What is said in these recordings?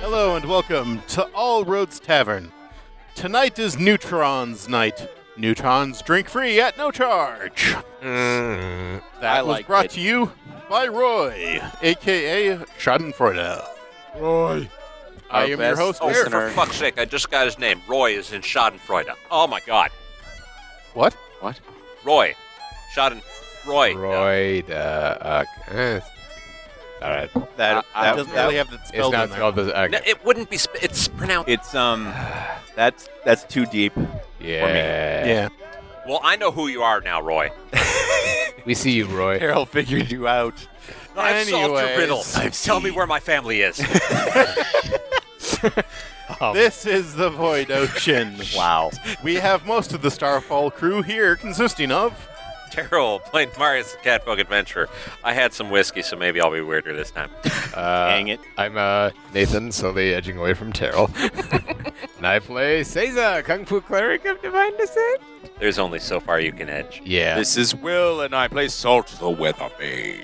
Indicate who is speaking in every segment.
Speaker 1: Hello and welcome to All Roads Tavern. Tonight is Neutrons Night. Neutrons drink free at no charge. That
Speaker 2: I
Speaker 1: was
Speaker 2: liked
Speaker 1: brought
Speaker 2: it.
Speaker 1: to you by Roy, aka Schadenfreude.
Speaker 3: Roy.
Speaker 1: I
Speaker 2: Our
Speaker 1: am your
Speaker 2: best
Speaker 1: host,
Speaker 2: listener.
Speaker 1: Eric.
Speaker 2: Listener.
Speaker 4: Oh, For fuck's sake, I just got his name. Roy is in Schadenfreude. Oh my god.
Speaker 1: What?
Speaker 2: What?
Speaker 4: Roy. Schaden. Roy.
Speaker 3: Roy. The, uh, eh. all right.
Speaker 5: That,
Speaker 2: I- I
Speaker 5: that,
Speaker 1: doesn't
Speaker 5: that-
Speaker 1: really have that
Speaker 3: It's
Speaker 1: spelled in
Speaker 3: not
Speaker 1: there.
Speaker 3: spelled as.
Speaker 4: No,
Speaker 3: Okay.
Speaker 4: it wouldn't be. Sp- it's pronounced.
Speaker 5: it's um, that's that's too deep.
Speaker 3: yeah.
Speaker 1: Yeah.
Speaker 4: Well, I know who you are now, Roy.
Speaker 3: We see you, Roy.
Speaker 5: Harold figured you out.
Speaker 4: I've solved your
Speaker 1: Anyways.
Speaker 4: riddle.
Speaker 1: I've
Speaker 4: Tell me where my family is.
Speaker 3: Um,
Speaker 1: This is the Void Ocean.
Speaker 5: Wow.
Speaker 1: we have most of the Starfall crew here, consisting of
Speaker 4: Terrell playing Marius the Catfolk Adventure. I had some whiskey, so maybe I'll be weirder this time.
Speaker 3: uh,
Speaker 5: Dang it.
Speaker 3: I'm uh, Nathan, slowly edging away from Terrell. and I play Seiza, Kung Fu Cleric of Divine Descent.
Speaker 4: There's only so far you can edge.
Speaker 3: Yeah.
Speaker 5: This is Will, and I play Salt the Weather Mage.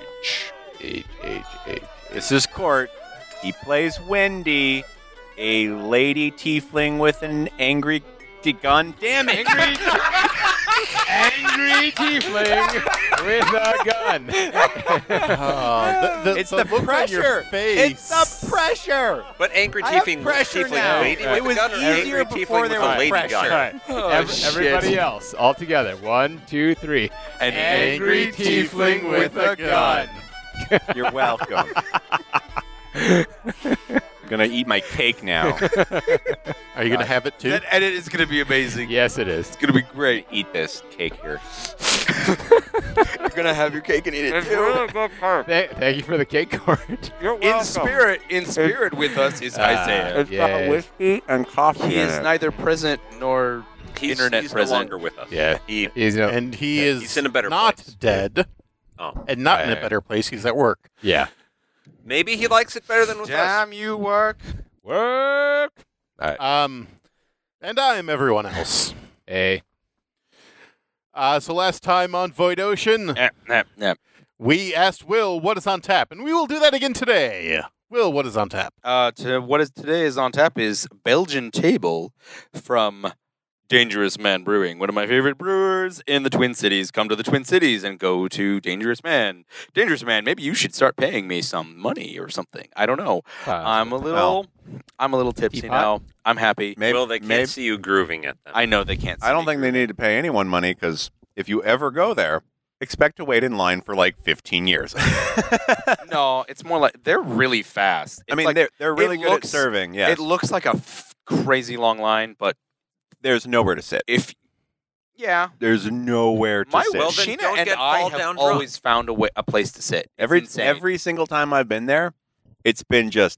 Speaker 3: H, H, H.
Speaker 5: This is Court. He plays Wendy, a lady tiefling with an angry gun. Damn it!
Speaker 3: Angry, angry tiefling with a gun.
Speaker 1: Oh, the, the,
Speaker 5: It's
Speaker 1: the
Speaker 5: the
Speaker 1: look on your
Speaker 5: pressure.
Speaker 1: face.
Speaker 5: It's the pressure.
Speaker 4: But Angry
Speaker 5: I have
Speaker 4: Tiefling,
Speaker 5: pressure
Speaker 4: tiefling
Speaker 5: now.
Speaker 4: lady
Speaker 3: Right.
Speaker 4: with
Speaker 5: It
Speaker 4: the
Speaker 5: was
Speaker 4: gun or
Speaker 5: easier
Speaker 4: Angry
Speaker 5: before
Speaker 4: Tiefling
Speaker 5: there
Speaker 4: with
Speaker 5: was
Speaker 4: a lady
Speaker 5: pressure.
Speaker 4: gun?
Speaker 3: Alright, ev- everybody else, all together. One, two, three.
Speaker 5: An
Speaker 1: angry tiefling with a gun.
Speaker 5: You're welcome. I'm gonna eat my cake now.
Speaker 1: Are you gonna have it too?
Speaker 6: That edit is going to be amazing.
Speaker 3: Yes, it is.
Speaker 6: It's going to be great.
Speaker 5: Eat this cake here.
Speaker 6: You're going to have your cake and eat it too.
Speaker 3: Th- thank you for the cake card.
Speaker 6: In spirit, in spirit with us
Speaker 7: Ah.
Speaker 6: is Isaiah.
Speaker 3: It's yeah. got whiskey.
Speaker 6: He is neither present nor
Speaker 4: He's,
Speaker 6: internet
Speaker 4: he's
Speaker 6: present.
Speaker 4: no longer with us.
Speaker 3: Yeah.
Speaker 4: He,
Speaker 3: He's no-
Speaker 1: and he is
Speaker 4: He's in a better
Speaker 1: not
Speaker 4: place.
Speaker 1: dead
Speaker 4: oh.
Speaker 1: and not in a
Speaker 3: Right.
Speaker 1: better place. He's at work.
Speaker 3: yeah.
Speaker 4: Maybe he likes it better than with us.
Speaker 6: you work.
Speaker 3: Work.
Speaker 1: Um, and I am everyone else.
Speaker 3: Hey.
Speaker 1: Uh, so last time on Void Ocean, we asked Will what is on tap, and we will do that again today. Will, what is on tap?
Speaker 6: Uh, to what is today is on tap is Belgian Table from Dangerous Man Brewing, one of my favorite brewers in the Twin Cities. Come to the Twin Cities and go to Dangerous Man. Dangerous Man, maybe you should start paying me some money or something. I don't know.
Speaker 3: uh,
Speaker 6: I'm a little, I'm a little tipsy
Speaker 3: Teapot?
Speaker 6: now. I'm happy.
Speaker 7: Maybe,
Speaker 4: well, they can't see you grooving at them.
Speaker 6: I know they can't.
Speaker 7: I don't think they need to pay anyone money because if you ever go there, expect to wait in line for like 15 years.
Speaker 6: no, it's more like they're really fast.
Speaker 7: I
Speaker 6: It's
Speaker 7: mean,
Speaker 6: like,
Speaker 7: they're, they're really
Speaker 6: it
Speaker 7: good
Speaker 6: looks-
Speaker 7: at serving. Yes.
Speaker 6: it looks like a f- crazy long line, but
Speaker 7: There's nowhere to sit.
Speaker 6: if yeah,
Speaker 7: There's nowhere to
Speaker 6: my
Speaker 7: sit.
Speaker 4: well, then
Speaker 6: Sheena
Speaker 4: don't
Speaker 6: and
Speaker 4: get
Speaker 6: I
Speaker 4: fall
Speaker 6: have
Speaker 4: down drunk.
Speaker 6: always found a way, a place to sit. It's
Speaker 7: every,
Speaker 6: insane.
Speaker 7: every single time I've been there, it's been just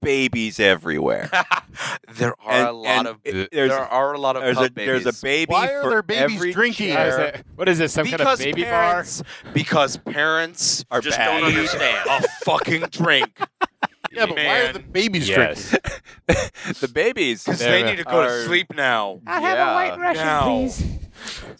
Speaker 7: babies everywhere.
Speaker 6: there are
Speaker 7: And-
Speaker 6: a lot
Speaker 7: and
Speaker 6: of
Speaker 7: it-
Speaker 6: there
Speaker 7: there's,
Speaker 6: are a lot of
Speaker 7: there's, a,
Speaker 6: pub
Speaker 7: there's a
Speaker 6: babies.
Speaker 7: baby
Speaker 1: Why are
Speaker 7: for
Speaker 1: there babies
Speaker 7: every
Speaker 1: drinking?
Speaker 3: How is
Speaker 7: chair.
Speaker 3: that- What is this? Some kind of
Speaker 6: because
Speaker 3: baby
Speaker 6: parents, because parents
Speaker 7: Are
Speaker 4: Just
Speaker 7: bad.
Speaker 4: don't understand.
Speaker 6: a fucking drink
Speaker 1: Yeah, but why are
Speaker 6: Man.
Speaker 1: the babies
Speaker 3: Yes.
Speaker 1: drinking?
Speaker 7: the babies.
Speaker 6: because
Speaker 3: There
Speaker 6: they need to go
Speaker 7: are-
Speaker 6: to sleep now.
Speaker 7: I have a white
Speaker 6: Russian, please.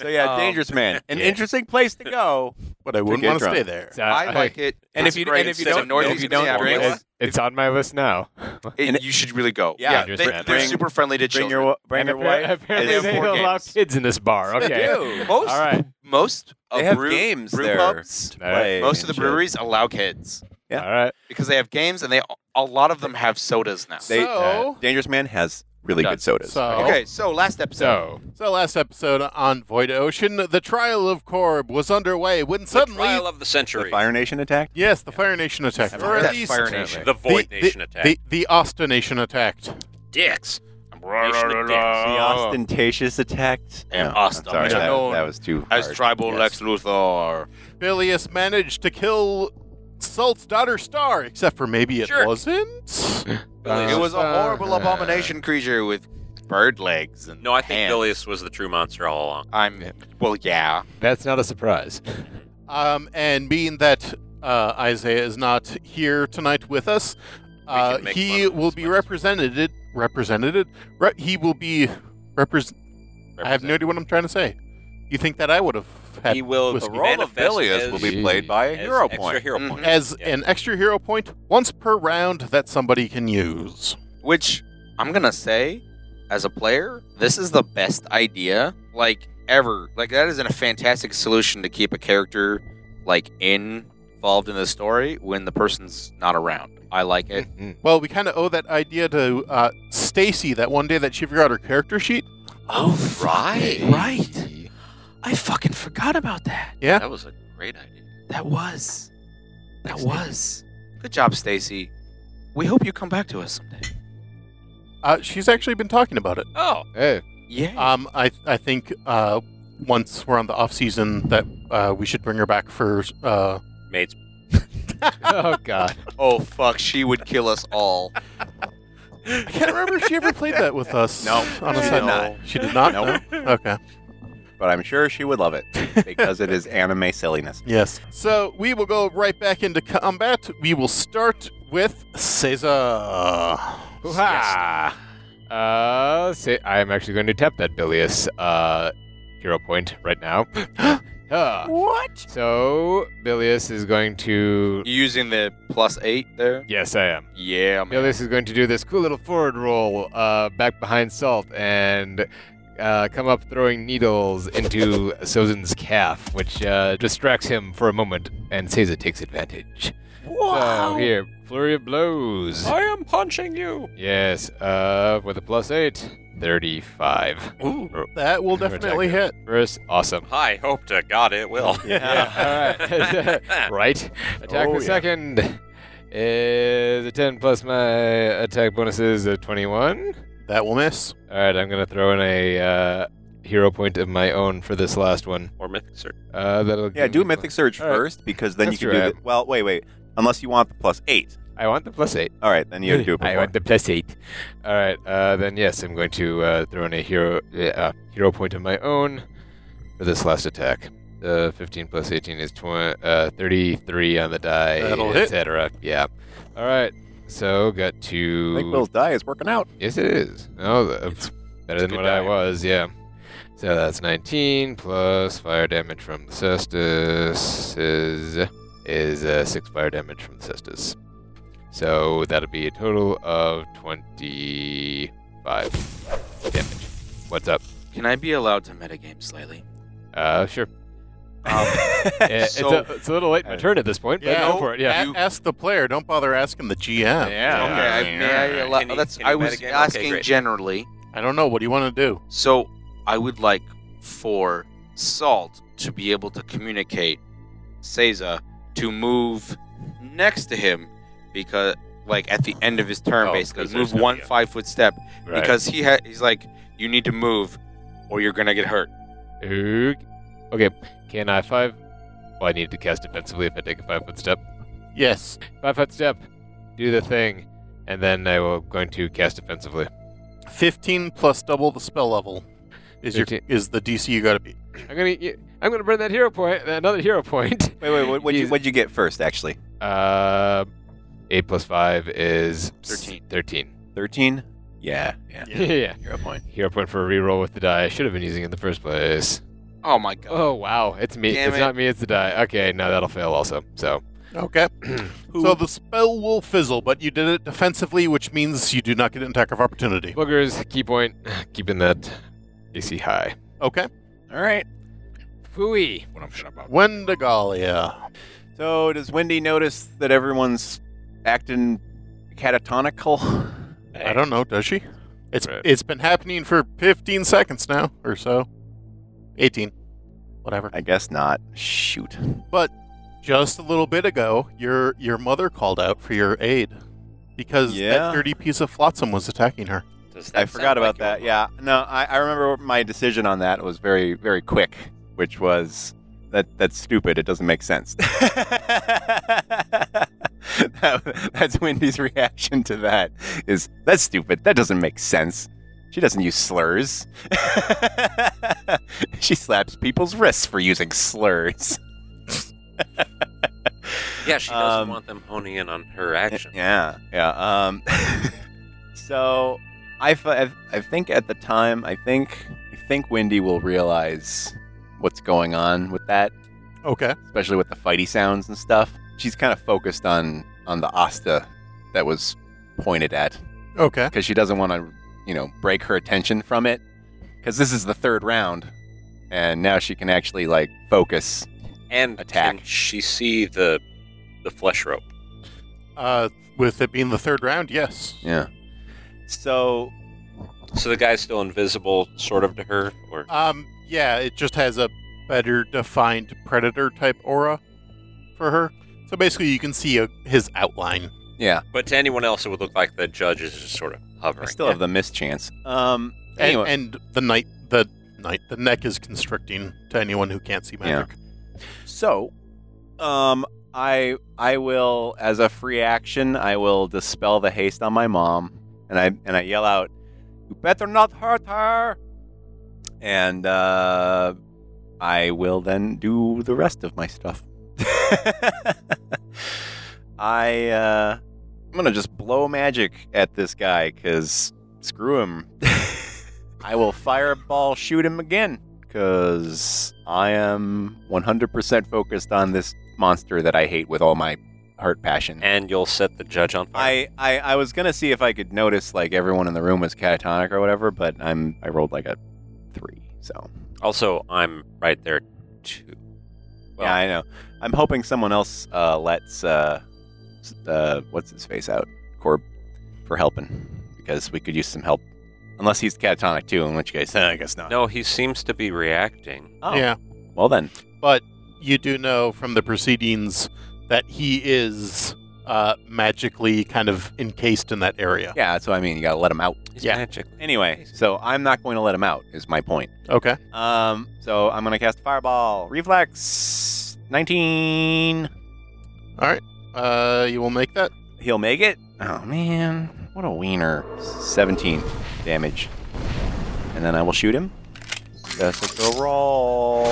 Speaker 7: So yeah,
Speaker 6: Um,
Speaker 7: dangerous man. An
Speaker 3: yeah.
Speaker 7: interesting place to go.
Speaker 1: But I wouldn't
Speaker 7: get
Speaker 1: want to
Speaker 7: drunk.
Speaker 1: stay there.
Speaker 3: So,
Speaker 6: I like it.
Speaker 7: And
Speaker 6: It's
Speaker 7: if you-
Speaker 6: great.
Speaker 7: and if you
Speaker 6: It's a
Speaker 7: don't-
Speaker 6: North
Speaker 7: if you
Speaker 6: Korean
Speaker 7: don't drink
Speaker 6: formula.
Speaker 3: It's, it's on my list now.
Speaker 6: It- you should really go.
Speaker 7: Yeah,
Speaker 3: Yeah,
Speaker 6: they,
Speaker 3: just
Speaker 6: are
Speaker 7: bring-
Speaker 6: super friendly to
Speaker 7: Bring
Speaker 6: children.
Speaker 7: your bring your
Speaker 3: And appa-
Speaker 7: wife.
Speaker 3: Apparently,
Speaker 6: They have
Speaker 3: they
Speaker 6: four
Speaker 3: don't allow
Speaker 6: games.
Speaker 3: kids in this bar. Okay.
Speaker 6: most
Speaker 3: All right.
Speaker 6: most
Speaker 7: They
Speaker 6: of
Speaker 7: have
Speaker 6: brew,
Speaker 7: games
Speaker 6: brew
Speaker 7: there.
Speaker 6: pubs,
Speaker 3: All right.
Speaker 7: Play
Speaker 6: most
Speaker 7: and
Speaker 6: of the
Speaker 7: shit.
Speaker 6: breweries allow kids
Speaker 7: Yeah.
Speaker 3: All right.
Speaker 6: because they have games and they a lot of them have sodas now.
Speaker 7: They- uh,
Speaker 1: so,
Speaker 7: Dangerous man has really
Speaker 6: Done.
Speaker 7: good sodas.
Speaker 1: so,
Speaker 6: okay, so last episode.
Speaker 3: So,
Speaker 1: so last episode on Void Ocean, the trial of Korb was underway when
Speaker 4: The
Speaker 1: suddenly,
Speaker 4: trial of the
Speaker 7: the
Speaker 4: century.
Speaker 7: Fire Nation attack.
Speaker 1: yes, the Fire Nation attacked,
Speaker 3: I've
Speaker 1: or
Speaker 3: heard
Speaker 1: at
Speaker 3: that
Speaker 1: least
Speaker 6: Fire Nation.
Speaker 4: The Void Nation
Speaker 1: the,
Speaker 4: attack.
Speaker 1: The, the Asta Nation attacked.
Speaker 4: dicks. Nation of dicks.
Speaker 7: The ostentatious attacked.
Speaker 6: Am
Speaker 7: No,
Speaker 6: ostentation-
Speaker 7: I'm sorry, that,
Speaker 6: Known
Speaker 7: that was too
Speaker 6: As
Speaker 7: hard.
Speaker 6: tribal
Speaker 7: Yes.
Speaker 6: Lex Luthor.
Speaker 1: Bilius managed to kill Salt's daughter Star, except for maybe it
Speaker 4: Jerk.
Speaker 1: wasn't.
Speaker 3: Uh,
Speaker 6: it was a horrible
Speaker 3: uh,
Speaker 6: abomination creature with bird legs and
Speaker 4: No, I think
Speaker 6: hands.
Speaker 4: Bilius was the true monster all along.
Speaker 6: I'm well, yeah.
Speaker 3: that's not a surprise.
Speaker 1: Um, and being that uh, Isaiah is not here tonight with us, uh,
Speaker 4: can make fun
Speaker 1: he
Speaker 4: of him
Speaker 1: will
Speaker 4: as
Speaker 1: be
Speaker 4: much as we
Speaker 1: represented. Represented. Re- he will be represent. I have no idea what I'm trying to say. You think that I would have had
Speaker 4: He will
Speaker 1: whiskey.
Speaker 4: The
Speaker 7: The role of
Speaker 4: manifest
Speaker 7: Bilius
Speaker 4: is-
Speaker 7: will be played by
Speaker 4: As
Speaker 7: Hero
Speaker 4: extra
Speaker 7: Point.
Speaker 4: hero
Speaker 6: Mhm.
Speaker 4: point.
Speaker 1: as
Speaker 4: Yeah.
Speaker 1: an extra hero point once per round that somebody can use.
Speaker 6: which I'm gonna say, as a player, this is the best idea like ever. Like that isn't a fantastic solution to keep a character like in- involved in the story when the person's not around. I like it.
Speaker 1: Well, we kind of owe that idea to uh, Stacy that one day that she forgot her character sheet.
Speaker 6: Oh,
Speaker 4: right,
Speaker 6: right. I fucking forgot about that.
Speaker 1: Yeah.
Speaker 4: That was a great idea.
Speaker 6: That was. That was. Good job, Stacy. We hope you come back to us someday.
Speaker 1: Uh, she's actually been talking about it.
Speaker 4: Oh,
Speaker 3: Hey,
Speaker 6: Yeah.
Speaker 1: Um, I I think uh, once we're on the off season that uh, we should bring her back for. Uh,
Speaker 4: mates.
Speaker 3: oh god,
Speaker 6: oh fuck, she would kill us all.
Speaker 1: I can't remember if she ever played that with us.
Speaker 7: No,
Speaker 1: on a
Speaker 7: she did
Speaker 1: side-
Speaker 7: not.
Speaker 1: She did not.
Speaker 7: Nope.
Speaker 1: No? Okay.
Speaker 7: But I'm sure she would love it because it is anime silliness.
Speaker 1: Yes. So we will go right back into combat. We will start with Caesar.
Speaker 3: hoo-ha! Uh, say, I'm actually going to tap that Bilious uh hero point right now. Huh.
Speaker 1: What?
Speaker 3: So Bilious is going to.
Speaker 6: You using the plus eight there?
Speaker 3: Yes, I am.
Speaker 6: Yeah, man.
Speaker 3: Bilious is going to do this cool little forward roll, uh, back behind Salt, and uh, come up throwing needles into Sozin's calf, which uh, distracts him for a moment, and Seiza takes advantage. Wow! So here, flurry of blows.
Speaker 4: I am punching you.
Speaker 3: Yes, uh, with a plus eight, 35.
Speaker 4: Ooh.
Speaker 1: That will
Speaker 3: Attack
Speaker 1: definitely
Speaker 3: it.
Speaker 1: hit.
Speaker 3: First, awesome.
Speaker 4: I hope to God it will.
Speaker 3: Yeah, all right. right. Attack
Speaker 7: Oh,
Speaker 3: the
Speaker 7: yeah.
Speaker 3: second is a 10 plus my attack bonus is a 21.
Speaker 1: That will miss.
Speaker 3: All right, I'm going to throw in a uh, hero point of my own for this last one.
Speaker 4: or mythic search.
Speaker 3: Uh, that'll
Speaker 7: Yeah,
Speaker 3: give
Speaker 7: do
Speaker 3: me-
Speaker 7: Mythic Surge
Speaker 3: All right.
Speaker 7: first because then
Speaker 3: That's
Speaker 7: you can
Speaker 3: right.
Speaker 7: do the, Well, wait, wait. Unless you want the plus eight.
Speaker 3: I want the plus eight.
Speaker 7: All right, then you do it
Speaker 3: I
Speaker 7: before.
Speaker 3: want the plus eight. All right, uh, then yes, I'm going to uh, throw in a hero uh, hero point of my own for this last attack. Uh, 15 plus 18 is tw- uh, 33 on the die,
Speaker 1: That'll hit.
Speaker 3: etc. Yeah. All right. So got
Speaker 7: I
Speaker 3: to.
Speaker 7: think Will's die is working out.
Speaker 3: Yes, it is. Oh, the- better than
Speaker 7: good
Speaker 3: what
Speaker 7: die.
Speaker 3: I was. Yeah. So that's 19 plus fire damage from the Cestus is is uh, six fire damage from the Cestus. So that'll be a total of 25 damage. What's up?
Speaker 6: Can I be allowed to metagame slightly?
Speaker 3: Uh, sure.
Speaker 6: Um,
Speaker 3: Eh, it's,
Speaker 6: So- uh,
Speaker 3: a, it's a little late in my turn at this point, but
Speaker 1: Yeah.
Speaker 3: go for it. Yeah.
Speaker 1: A- ask the player. Don't bother asking the GM.
Speaker 7: Yeah.
Speaker 6: okay, I, may I
Speaker 7: Yeah.
Speaker 6: allow-
Speaker 4: Can you-
Speaker 6: that's,
Speaker 4: can you
Speaker 6: I was
Speaker 4: metagame? Okay,
Speaker 6: asking
Speaker 4: great.
Speaker 6: generally.
Speaker 1: I don't know. What do you want to do?
Speaker 6: So I would like for Salt to be able to communicate Seiza to move next to him because like at the end of his turn
Speaker 4: Oh,
Speaker 6: basically
Speaker 4: 'cause there's
Speaker 6: move
Speaker 4: no-
Speaker 6: one
Speaker 4: yeah.
Speaker 6: five foot step
Speaker 3: Right.
Speaker 6: because he ha- he's like you need to move or you're gonna get hurt
Speaker 3: Oog. Okay. Can I five? Well, I need to cast defensively if I take a five foot step.
Speaker 1: Yes.
Speaker 3: Five foot step, do the thing, and then I will going to cast defensively.
Speaker 1: 15 plus double the spell level is your
Speaker 3: 15.
Speaker 1: is the DC you got to beat.
Speaker 3: I'm gonna I'm gonna burn that hero point. Another hero point.
Speaker 7: Wait, wait, what, what'd, you,
Speaker 3: Jeez.
Speaker 7: what'd you get first, actually?
Speaker 3: Uh, eight plus five is
Speaker 6: Thirteen.
Speaker 3: Thirteen.
Speaker 7: 13? Yeah, yeah.
Speaker 3: Yeah. yeah.
Speaker 7: Hero point.
Speaker 3: Hero point for a reroll with the die. I should have been using it in the first place.
Speaker 6: oh my god
Speaker 3: Oh wow, it's me.
Speaker 6: Damn
Speaker 3: it's
Speaker 6: it.
Speaker 3: not me. It's the die. Okay, no, that'll fail also. So
Speaker 1: Okay. so the spell will fizzle, but you did it defensively, which means you do not get an attack of opportunity.
Speaker 3: boogers key point, keeping that AC high.
Speaker 1: Okay.
Speaker 7: All right.
Speaker 3: Phooey.
Speaker 7: What I'm about.
Speaker 1: Wendigalia.
Speaker 7: So does Wendy notice that everyone's acting catatonical?
Speaker 1: I don't know. Does she? It's
Speaker 3: Right.
Speaker 1: it's been happening for 15 seconds now or so. 18. Whatever.
Speaker 7: I guess not. Shoot.
Speaker 1: Just a little bit ago, your your mother called out for your aid because
Speaker 7: Yeah.
Speaker 1: that dirty piece of flotsam was attacking her.
Speaker 4: Does that
Speaker 7: I forgot
Speaker 4: sound like
Speaker 7: about that.
Speaker 4: your
Speaker 7: Yeah. No, I, I remember my decision on that was very, very quick, which was that that's stupid. It doesn't make sense. That- that's Wendy's reaction to that is that's stupid. That doesn't make sense. She doesn't use slurs. she slaps people's wrists for using slurs.
Speaker 4: mom? Yeah, she doesn't
Speaker 7: Um,
Speaker 4: want them honing in on her action.
Speaker 7: Yeah, yeah. Um, so I, f- I I think at the time, I think, I think Wendy will realize what's going on with that,
Speaker 1: Okay.
Speaker 7: especially with the fighty sounds and stuff. She's kind of focused on on the Asta that was pointed at
Speaker 1: Okay.
Speaker 7: because she doesn't want to, you know, break her attention from it. Because this is the third round, and now she can actually like focus.
Speaker 4: And
Speaker 7: Attack.
Speaker 4: can she see the the flesh rope?
Speaker 1: Uh, with it being the third round, yes.
Speaker 7: Yeah. So
Speaker 4: So the guy's still invisible, sort of to her, or
Speaker 1: Um, yeah, it just has a better defined predator type aura for her. So basically, you can see a, his outline.
Speaker 7: yeah,
Speaker 4: but to anyone else, it would look like the judge is just sort of
Speaker 7: I
Speaker 4: hovering.
Speaker 7: still have the miss chance. Um.
Speaker 1: And,
Speaker 7: Anyway,
Speaker 1: and the night, the night, the neck is constricting to anyone who can't see magic.
Speaker 7: so, um, I I will as a free action, I will dispel the haste on my mom, and I and I yell out, "You better not hurt her!" And uh, I will then do the rest of my stuff. I uh, I'm gonna just blow magic at this guy because screw him. I will fireball shoot him again because I am 100% focused on this monster that I hate with all my heart passion.
Speaker 4: and you'll set the judge on fire.
Speaker 7: I, I, I was gonna see if I could notice like everyone in the room was catatonic or whatever, but I'm I rolled like a three, so
Speaker 4: also, I'm right there too. Well,
Speaker 7: yeah, I know. I'm hoping someone else uh, lets uh, s- uh, what's his face out, Corb, for helping because we could use some help. Unless he's catatonic too, in which case uh, I guess not.
Speaker 4: no, he seems to be reacting.
Speaker 7: Oh,
Speaker 1: Yeah.
Speaker 7: Well then,
Speaker 1: but you do know from the proceedings that he is uh, magically kind of encased in that area.
Speaker 7: yeah, that's what I mean. You gotta let him out.
Speaker 4: He's
Speaker 1: Yeah.
Speaker 4: magic.
Speaker 7: Anyway, so I'm not going to let him out. Is my point.
Speaker 1: Okay.
Speaker 7: Um, so I'm gonna cast Fireball, Reflex, 19.
Speaker 1: Uh, you will make that.
Speaker 7: He'll make it. Oh man, what a wiener. 17 damage, and then I will shoot him. Just like a roll.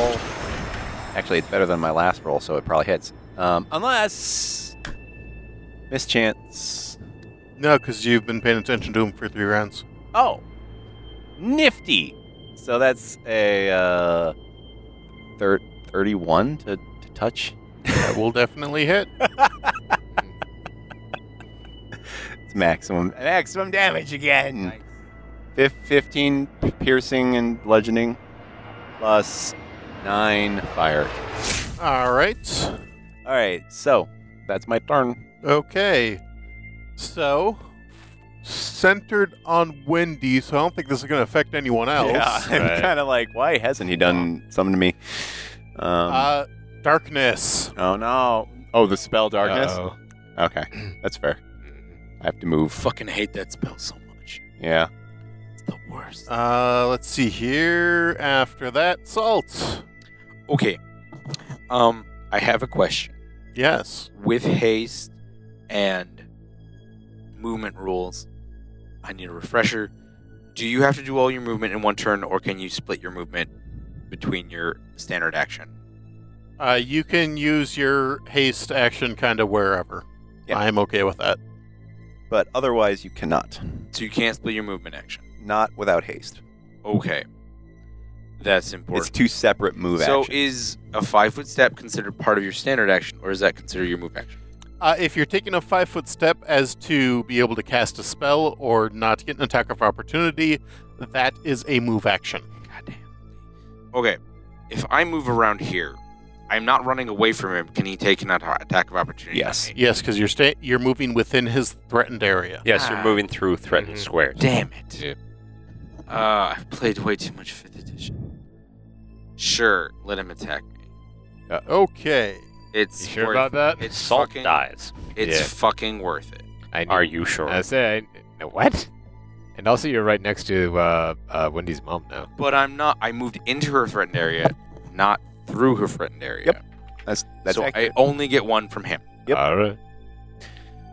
Speaker 7: Actually, it's better than my last roll, so it probably hits. Um, unless mischance.
Speaker 1: No, because you've been paying attention to him for three rounds.
Speaker 7: Oh, nifty. So that's a uh, thir- 31 to, to touch.
Speaker 1: That will definitely hit.
Speaker 7: It's maximum maximum damage again. Fif- Fifteen p- piercing and bludgeoning, plus nine fire.
Speaker 1: All right.
Speaker 7: All right, so that's my turn.
Speaker 1: Okay. So, centered on Wendy, so I don't think this is going to affect anyone else.
Speaker 7: Yeah, I'm
Speaker 3: Right.
Speaker 7: kind of like, why hasn't he done something to me? Um,
Speaker 1: Uh, darkness.
Speaker 7: oh no! Oh, the spell darkness.
Speaker 3: Uh-oh.
Speaker 7: Okay, that's fair. I have to move.
Speaker 6: Fucking hate that spell so much.
Speaker 7: Yeah.
Speaker 6: It's the worst.
Speaker 1: Uh, let's see here. After that, salt.
Speaker 6: Uh, Okay. Um, I have a question.
Speaker 1: Yes.
Speaker 6: With haste and movement rules, I need a refresher. Do you have to do all your movement in one turn, or can you split your movement between your standard action?
Speaker 1: Uh, you can use your haste action kind of wherever.
Speaker 7: Yeah.
Speaker 1: I'm okay with that.
Speaker 7: But otherwise, you cannot.
Speaker 6: So you can't split your movement action.
Speaker 7: Not without haste.
Speaker 6: Okay. That's
Speaker 7: It's
Speaker 6: important.
Speaker 7: two separate move
Speaker 6: so
Speaker 7: actions.
Speaker 6: is a five foot step considered part of your standard action, or is that considered your move action?
Speaker 1: Uh, if you're taking a five foot step as to be able to cast a spell or not get an attack of opportunity, that is a move action.
Speaker 6: Goddamn. Okay. If I move around here, I'm not running away from him. Can he take an atta- attack of opportunity? on
Speaker 7: Yes.
Speaker 6: me?
Speaker 1: Yes, because you're sta- you're moving within his threatened area.
Speaker 4: Yes,
Speaker 6: Ah. Mm-hmm.
Speaker 4: you're moving through threatened
Speaker 3: Mhm.
Speaker 4: squares.
Speaker 6: Damn it.
Speaker 3: Yeah.
Speaker 6: Uh, I've played way too much 5th edition. Sure, let him attack me.
Speaker 1: Okay.
Speaker 6: It's
Speaker 3: You sure
Speaker 6: worth
Speaker 3: about that?
Speaker 6: It's
Speaker 4: Salt
Speaker 6: fucking,
Speaker 4: dies.
Speaker 6: It's
Speaker 3: Yeah.
Speaker 6: fucking worth it.
Speaker 3: I
Speaker 4: Are
Speaker 3: knew-
Speaker 4: you sure?
Speaker 3: I say I, no, what? And also, you're right next to uh, uh, Wendy's mom now.
Speaker 6: But I'm not. I moved into her threatened area, not through her threatened area.
Speaker 7: Yep, that's that's
Speaker 6: so
Speaker 7: accurate.
Speaker 6: I only get one from him.
Speaker 7: Yep.
Speaker 3: All right.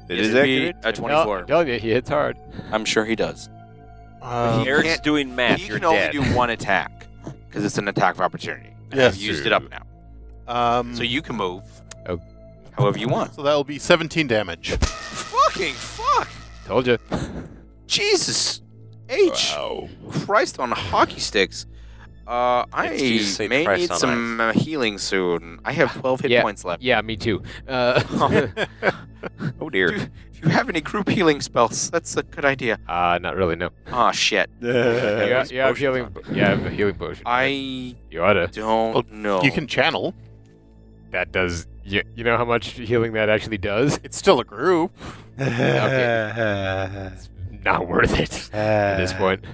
Speaker 7: It
Speaker 6: Yes,
Speaker 7: is
Speaker 6: it'd be
Speaker 7: accurate.
Speaker 6: A 24.
Speaker 3: I'm telling you, he hits hard.
Speaker 6: I'm sure he does.
Speaker 1: Um,
Speaker 6: Eric-
Speaker 4: Eric's
Speaker 6: can't-
Speaker 4: doing math.
Speaker 6: he
Speaker 4: you're
Speaker 6: can only
Speaker 4: dead.
Speaker 6: do one attack because it's an attack of opportunity.
Speaker 1: Yes.
Speaker 6: I've used it up now.
Speaker 1: um,
Speaker 6: So you can move
Speaker 3: Oh.
Speaker 6: however you want.
Speaker 1: So that'll be 17 damage.
Speaker 6: Fucking fuck!
Speaker 3: Told you.
Speaker 6: Jesus H. Christ on hockey sticks. Uh, I
Speaker 4: It's Jesus Saint
Speaker 6: may
Speaker 4: Christ
Speaker 6: need
Speaker 4: on
Speaker 6: some uh, healing soon. I have 12 hit
Speaker 3: Yeah,
Speaker 6: points left.
Speaker 3: Yeah, me too. Uh,
Speaker 1: uh,
Speaker 7: Oh dear.
Speaker 6: If Do you have any group healing spells? That's a good idea.
Speaker 3: Uh, not really. No.
Speaker 6: Ah, shit.
Speaker 3: You
Speaker 7: yeah.
Speaker 3: have, you have healing. You have a healing potion.
Speaker 6: I
Speaker 3: You oughta.
Speaker 6: don't
Speaker 1: Well,
Speaker 6: know.
Speaker 1: You can channel.
Speaker 3: That does. You, you know how much healing that actually does?
Speaker 1: It's still a group.
Speaker 3: It's not worth it at this point.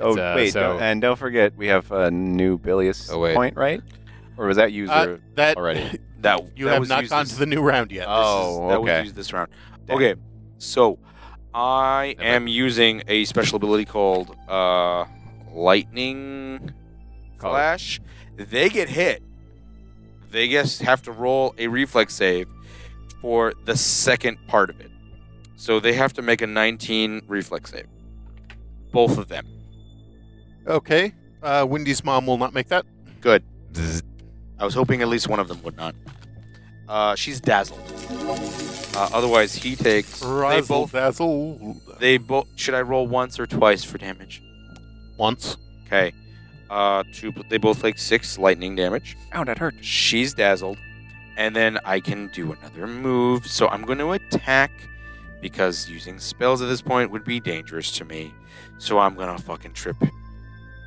Speaker 7: Oh
Speaker 3: It's, uh,
Speaker 7: wait,
Speaker 3: so-
Speaker 7: don't- and don't forget we have a new bilious
Speaker 3: Oh, wait.
Speaker 7: point, right? Or was that user
Speaker 1: Uh, that
Speaker 7: already?
Speaker 6: that
Speaker 1: you
Speaker 6: that
Speaker 1: have
Speaker 6: was
Speaker 1: not
Speaker 6: used
Speaker 1: gone
Speaker 6: this-
Speaker 1: to the new round yet.
Speaker 6: This is-
Speaker 7: Oh,
Speaker 6: that
Speaker 7: okay.
Speaker 6: was used this round. Okay, so I
Speaker 3: Never.
Speaker 6: am using a special ability called uh, Lightning
Speaker 3: Call it.
Speaker 6: Flash. They get hit. They guess have to roll a reflex save for the second part of it. So they have to make a 19 reflex save. Both of them.
Speaker 1: Okay. Uh, Wendy's mom will not make that.
Speaker 6: I was hoping at least one of them would not. Uh, she's dazzled. Uh, otherwise, he takes. They
Speaker 1: Razzle
Speaker 6: both
Speaker 1: dazzle.
Speaker 6: They both should I roll once or twice for damage?
Speaker 1: Once.
Speaker 6: Okay. Uh, two. They both take six lightning damage.
Speaker 5: Oh, that hurt.
Speaker 6: She's dazzled, and then I can do another move. So I'm going to attack because using spells at this point would be dangerous to me. So I'm gonna fucking trip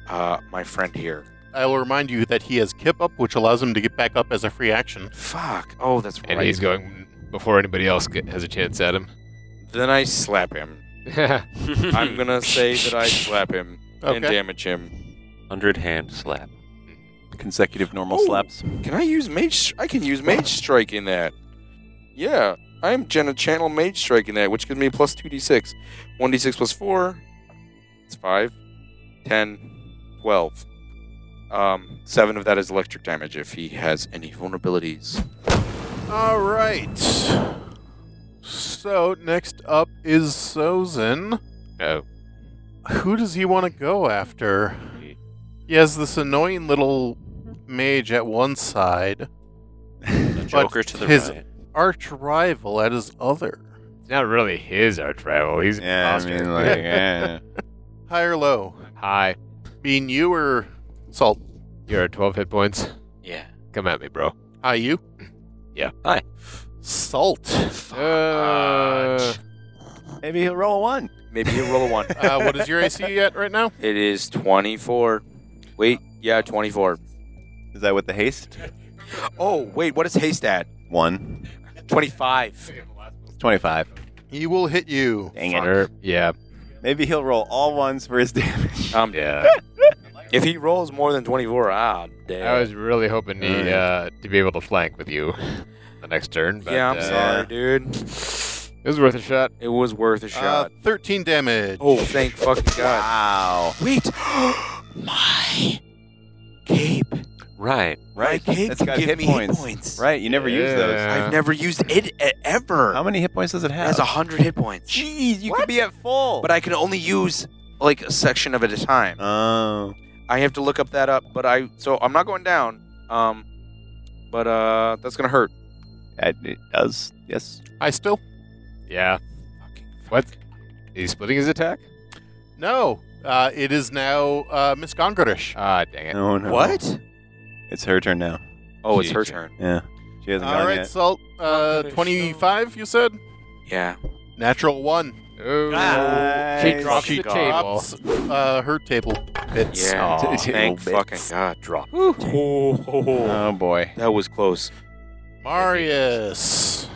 Speaker 6: uh, my friend here.
Speaker 1: I will remind you that he has Kip up, which allows him to get back up as a free action.
Speaker 6: Fuck. Oh, that's
Speaker 3: And
Speaker 6: right.
Speaker 3: he's going before anybody else get, has a chance at him.
Speaker 6: Then I slap him. I'm gonna say that I slap him and
Speaker 1: Okay.
Speaker 6: damage him.
Speaker 4: Hundred hand slap.
Speaker 5: Consecutive normal
Speaker 6: Oh.
Speaker 5: slaps.
Speaker 6: Can I use mage? Str- I can use mage strike in that. Yeah, I'm gonna channel mage strike in that, which gives me plus two d six, one d six plus four. It's five, ten, twelve. Um, seven of that is electric damage if he has any vulnerabilities.
Speaker 1: All right. So next up is Sozin.
Speaker 3: Oh,
Speaker 1: Who does he want to go after? He has this annoying little mage at one side,
Speaker 4: The Joker to the
Speaker 1: his-
Speaker 4: right.
Speaker 1: arch rival at his other.
Speaker 3: it's not really his arch rival. He's an
Speaker 7: Yeah, I
Speaker 3: imposter.
Speaker 7: mean, like, yeah.
Speaker 1: High or low?
Speaker 3: Hi,
Speaker 1: Being you or Salt?
Speaker 3: you're at 12 hit points.
Speaker 6: Yeah.
Speaker 3: Come at me, bro.
Speaker 1: Hi, you?
Speaker 3: Yeah.
Speaker 4: Hi.
Speaker 1: Salt.
Speaker 3: Uh,
Speaker 7: Maybe he'll roll a one.
Speaker 6: Maybe you roll a one.
Speaker 1: Uh, what is your AC at right now?
Speaker 6: it is twenty four. Wait, yeah, twenty four.
Speaker 7: Is that with the haste?
Speaker 6: Oh wait, what is haste at?
Speaker 7: One.
Speaker 6: Twenty five.
Speaker 7: Twenty-five.
Speaker 1: He will hit you.
Speaker 7: Dang it.
Speaker 3: Sure. Yeah.
Speaker 7: Maybe he'll roll all ones for his damage.
Speaker 6: Um,
Speaker 3: Yeah.
Speaker 6: If he rolls more than 24, ah, damn.
Speaker 3: I was really hoping
Speaker 7: Alright.
Speaker 3: to, uh, to be able to flank with you the next turn. But,
Speaker 6: yeah, I'm
Speaker 3: uh,
Speaker 6: sorry, dude.
Speaker 3: It was worth a shot.
Speaker 6: It was worth a
Speaker 1: Uh,
Speaker 6: shot.
Speaker 1: 13 damage.
Speaker 6: oh, thank fucking God.
Speaker 7: Wow.
Speaker 6: Wait. My cape.
Speaker 4: Right.
Speaker 7: Right.
Speaker 6: My cape
Speaker 7: That's
Speaker 6: can
Speaker 7: got
Speaker 6: give
Speaker 7: hit
Speaker 6: me
Speaker 7: points.
Speaker 6: hit points.
Speaker 7: Right. You never use those.
Speaker 3: Yeah.
Speaker 6: I've never used it e- ever.
Speaker 7: How many hit points does it
Speaker 6: it
Speaker 7: have?
Speaker 6: has 100 hit points.
Speaker 7: Jeez, you could be at full.
Speaker 6: But I can only use like a section of it at a time.
Speaker 7: oh.
Speaker 6: I have to look up that up, but I so I'm not going down. Um but uh that's going to hurt.
Speaker 7: That, it does. Yes.
Speaker 1: I still?
Speaker 3: Yeah. What? He's splitting his attack?
Speaker 1: No. Uh, it is now uh, Miss Gongorish.
Speaker 3: Ah, dang it.
Speaker 7: No, no.
Speaker 6: What?
Speaker 7: It's her turn now.
Speaker 6: Oh, it's her
Speaker 3: Jeez.
Speaker 6: turn.
Speaker 7: Yeah. She hasn't
Speaker 1: All
Speaker 7: gone
Speaker 1: right,
Speaker 7: yet.
Speaker 1: Salt. Uh,
Speaker 4: Gongorish, no.
Speaker 1: 25, you said?
Speaker 6: Yeah.
Speaker 1: Natural one.
Speaker 3: Oh.
Speaker 7: Ah,
Speaker 3: she
Speaker 7: nice.
Speaker 3: drops
Speaker 1: she
Speaker 3: the table.
Speaker 1: drops uh, her table bits.
Speaker 6: Yeah.
Speaker 3: Aw.
Speaker 6: Thank
Speaker 7: Little
Speaker 6: fucking
Speaker 7: bits.
Speaker 6: God. Drop.
Speaker 7: Oh boy.
Speaker 6: That was close.
Speaker 1: Marius.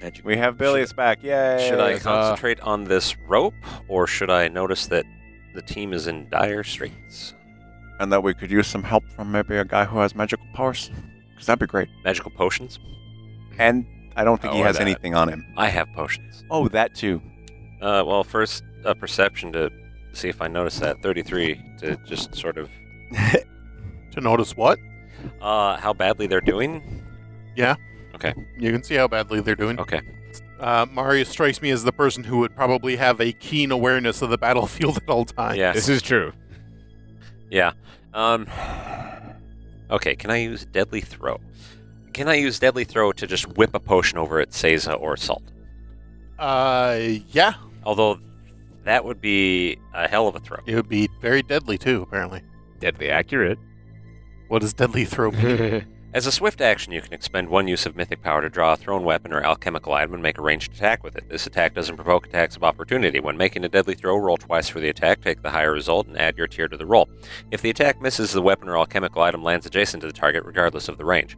Speaker 6: Magic.
Speaker 7: We have Billy's back. Yay.
Speaker 4: Should I
Speaker 3: Yes, uh,
Speaker 4: concentrate on this rope, or should I notice that the team is in dire straits?
Speaker 5: And that we could use some help from maybe a guy who has magical powers. Because that'd be great.
Speaker 4: Magical potions?
Speaker 7: And I don't think he
Speaker 3: Or
Speaker 7: has
Speaker 3: that.
Speaker 7: anything on him.
Speaker 4: I have potions.
Speaker 5: Oh, that too.
Speaker 4: Uh, well, first a perception to see if I notice that. Thirty-three to just sort of
Speaker 1: To notice what?
Speaker 4: uh, how badly they're doing.
Speaker 1: You can see how badly they're
Speaker 6: Oh.
Speaker 1: doing.
Speaker 4: Okay.
Speaker 1: Uh, Marius strikes me as the person who would probably have a keen awareness of the battlefield at all times.
Speaker 4: Yeah.
Speaker 3: This is true.
Speaker 4: Yeah. Um. Okay. Can I use deadly throw? Can I use deadly throw to just whip a potion over at Seiza or Salt?
Speaker 1: Uh, yeah.
Speaker 4: Although that would be a hell of a throw.
Speaker 1: It would be very deadly, too, apparently.
Speaker 3: Deadly accurate.
Speaker 1: What does deadly throw mean?
Speaker 3: Deadly
Speaker 4: As a swift action, you can expend one use of mythic power to draw a thrown weapon or alchemical item and make a ranged attack with it. This attack doesn't provoke attacks of opportunity. When making a deadly throw, roll twice for the attack, take the higher result, and add your tier to the roll. If the attack misses, the weapon or alchemical item lands adjacent to the target, regardless of the range.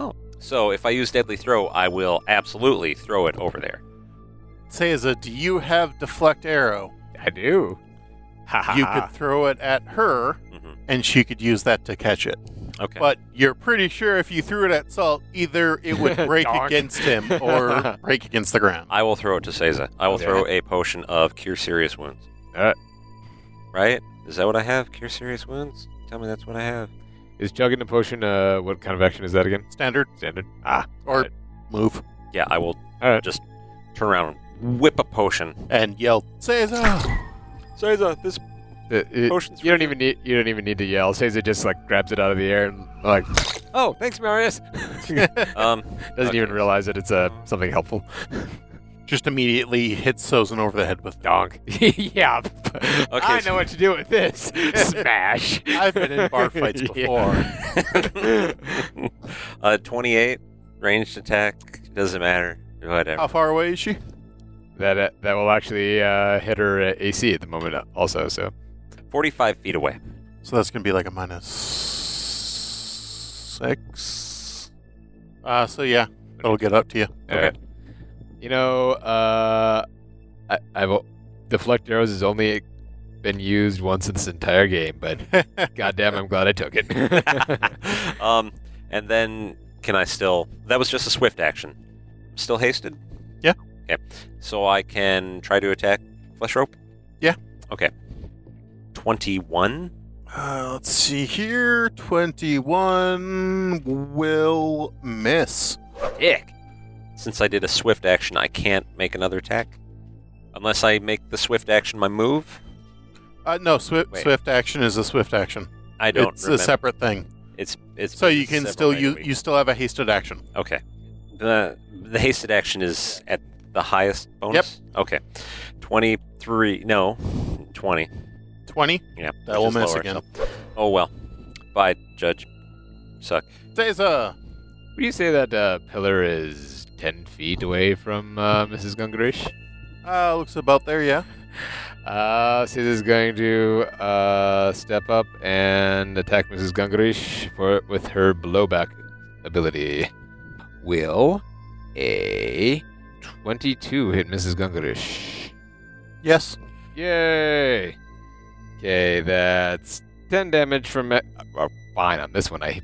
Speaker 4: Oh, so if I use deadly throw, I will absolutely throw it over there.
Speaker 1: Seiza, uh, do you have deflect arrow?
Speaker 3: I do.
Speaker 1: You could throw it at her,
Speaker 4: hmm
Speaker 1: and she could use that to catch it.
Speaker 4: Okay.
Speaker 1: But you're pretty sure if you threw it at Salt, either it would break
Speaker 3: Darn.
Speaker 1: against him or break against the ground.
Speaker 4: I will throw it to Seiza. I will
Speaker 3: Okay.
Speaker 4: throw a potion of cure serious wounds.
Speaker 3: Uh.
Speaker 4: Right? Is that what I have? Cure serious wounds? Tell me that's what I have.
Speaker 3: Is chugging a potion? Uh, what kind of action is that again?
Speaker 1: Standard
Speaker 3: Standard. Ah,
Speaker 1: or
Speaker 3: Right.
Speaker 1: move
Speaker 4: Yeah, I will
Speaker 3: All right.
Speaker 4: just turn around and whip a potion.
Speaker 1: and yell, "Ah." Seiza!
Speaker 4: Seiza, this
Speaker 3: The- it-
Speaker 4: Potions
Speaker 3: Uh, you don't even need. You don't even need to yell. Caesar just like grabs it out of the air and like
Speaker 4: Oh, thanks, Marius. um,
Speaker 3: doesn't
Speaker 4: Okay.
Speaker 3: even realize that it's uh, something helpful.
Speaker 1: Just immediately hits Sozin over the head with it.
Speaker 3: Donk. yeah. Okay, I know
Speaker 4: so-
Speaker 3: what to do with this. Smash.
Speaker 1: I've been in bar fights
Speaker 3: Yeah.
Speaker 1: before.
Speaker 4: uh, 28 ranged attack doesn't matter. Whatever.
Speaker 1: How far away is she?
Speaker 3: That uh, that will actually uh, hit her uh, AC at the moment uh, also. So
Speaker 4: 45 feet away.
Speaker 1: So that's going to be like a minus six. Uh, so yeah, it'll get up to you.
Speaker 3: All right. uh, You know, uh, I, I've o- deflect arrows has only been used once in this entire game, but goddamn, I'm glad I took it.
Speaker 4: um, and then can I still? That was just a swift action. Still hasted.
Speaker 1: Yeah.
Speaker 4: Okay. So I can try to attack flesh rope.
Speaker 1: Yeah.
Speaker 4: Okay. Twenty-one.
Speaker 1: Uh, let's see here. 21 will miss.
Speaker 4: Dick. Since I did a swift action, I can't make another attack unless I make the swift action my move.
Speaker 1: Uh, no, swift,
Speaker 4: Wait.
Speaker 1: swift action is a swift action.
Speaker 4: I don't.
Speaker 1: it's
Speaker 4: remember.
Speaker 1: a separate thing.
Speaker 4: It's it's.
Speaker 1: So
Speaker 4: been
Speaker 1: you can
Speaker 4: several
Speaker 1: still
Speaker 4: days
Speaker 1: you
Speaker 4: a week.
Speaker 1: you still have a hasted action.
Speaker 4: Okay. The the hasted action is at the highest bonus. Yep. Okay. Twenty three. No, twenty.
Speaker 1: 20.
Speaker 4: Yeah.
Speaker 1: That
Speaker 4: which
Speaker 1: will
Speaker 4: is
Speaker 1: miss
Speaker 4: lower,
Speaker 1: again.
Speaker 4: so- Oh well. Bye, Judge. Suck.
Speaker 1: Seiza.
Speaker 3: Would you say that uh, pillar is ten feet away from uh, Mrs. Gungarish?
Speaker 1: Uh, looks about there, yeah.
Speaker 3: Uh, Sid is going to uh, step up and attack Mrs. Gungarish for with her blowback ability. Will a twenty-two hit Mrs. Gungarish?
Speaker 1: Yes.
Speaker 3: Yay! Okay, that's 10 damage from. Ma- uh, fine, on this one, I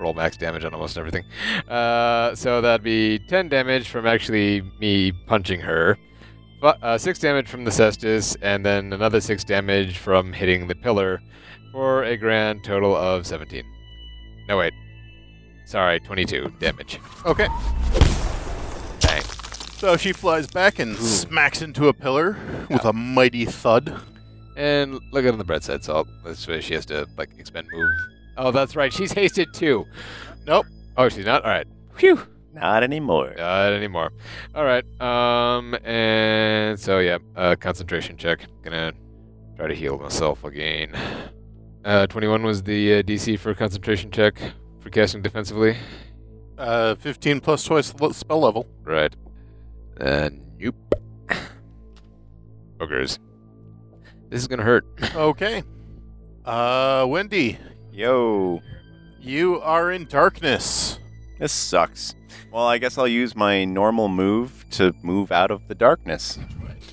Speaker 3: roll max damage on almost everything. Uh, so that'd be 10 damage from actually me punching her, fu- uh, 6 damage from the Cestus, and then another 6 damage from hitting the pillar for a grand total of 17. No, wait. Sorry, 22 damage.
Speaker 1: Okay.
Speaker 3: Bang.
Speaker 1: So she flies back and smacks into a pillar with a mighty thud.
Speaker 3: And look at on the bread side salt. That's why she has to like expend move. Oh, that's right. She's hasted too.
Speaker 1: Nope.
Speaker 3: Oh, she's not. All right. Phew.
Speaker 5: Not anymore.
Speaker 3: Not anymore. All right. Um. And so yeah. Uh, concentration check. Gonna try to heal myself again. Uh, 21 was the uh, DC for concentration check for casting defensively.
Speaker 1: Uh, 15 plus twice the spell level.
Speaker 3: Right. Uh, nope. Boogers. This is gonna hurt.
Speaker 1: Okay. Uh, Wendy,
Speaker 5: Yo,
Speaker 1: you are in darkness.
Speaker 5: this sucks. Well, I guess I'll use my normal move to move out of the darkness.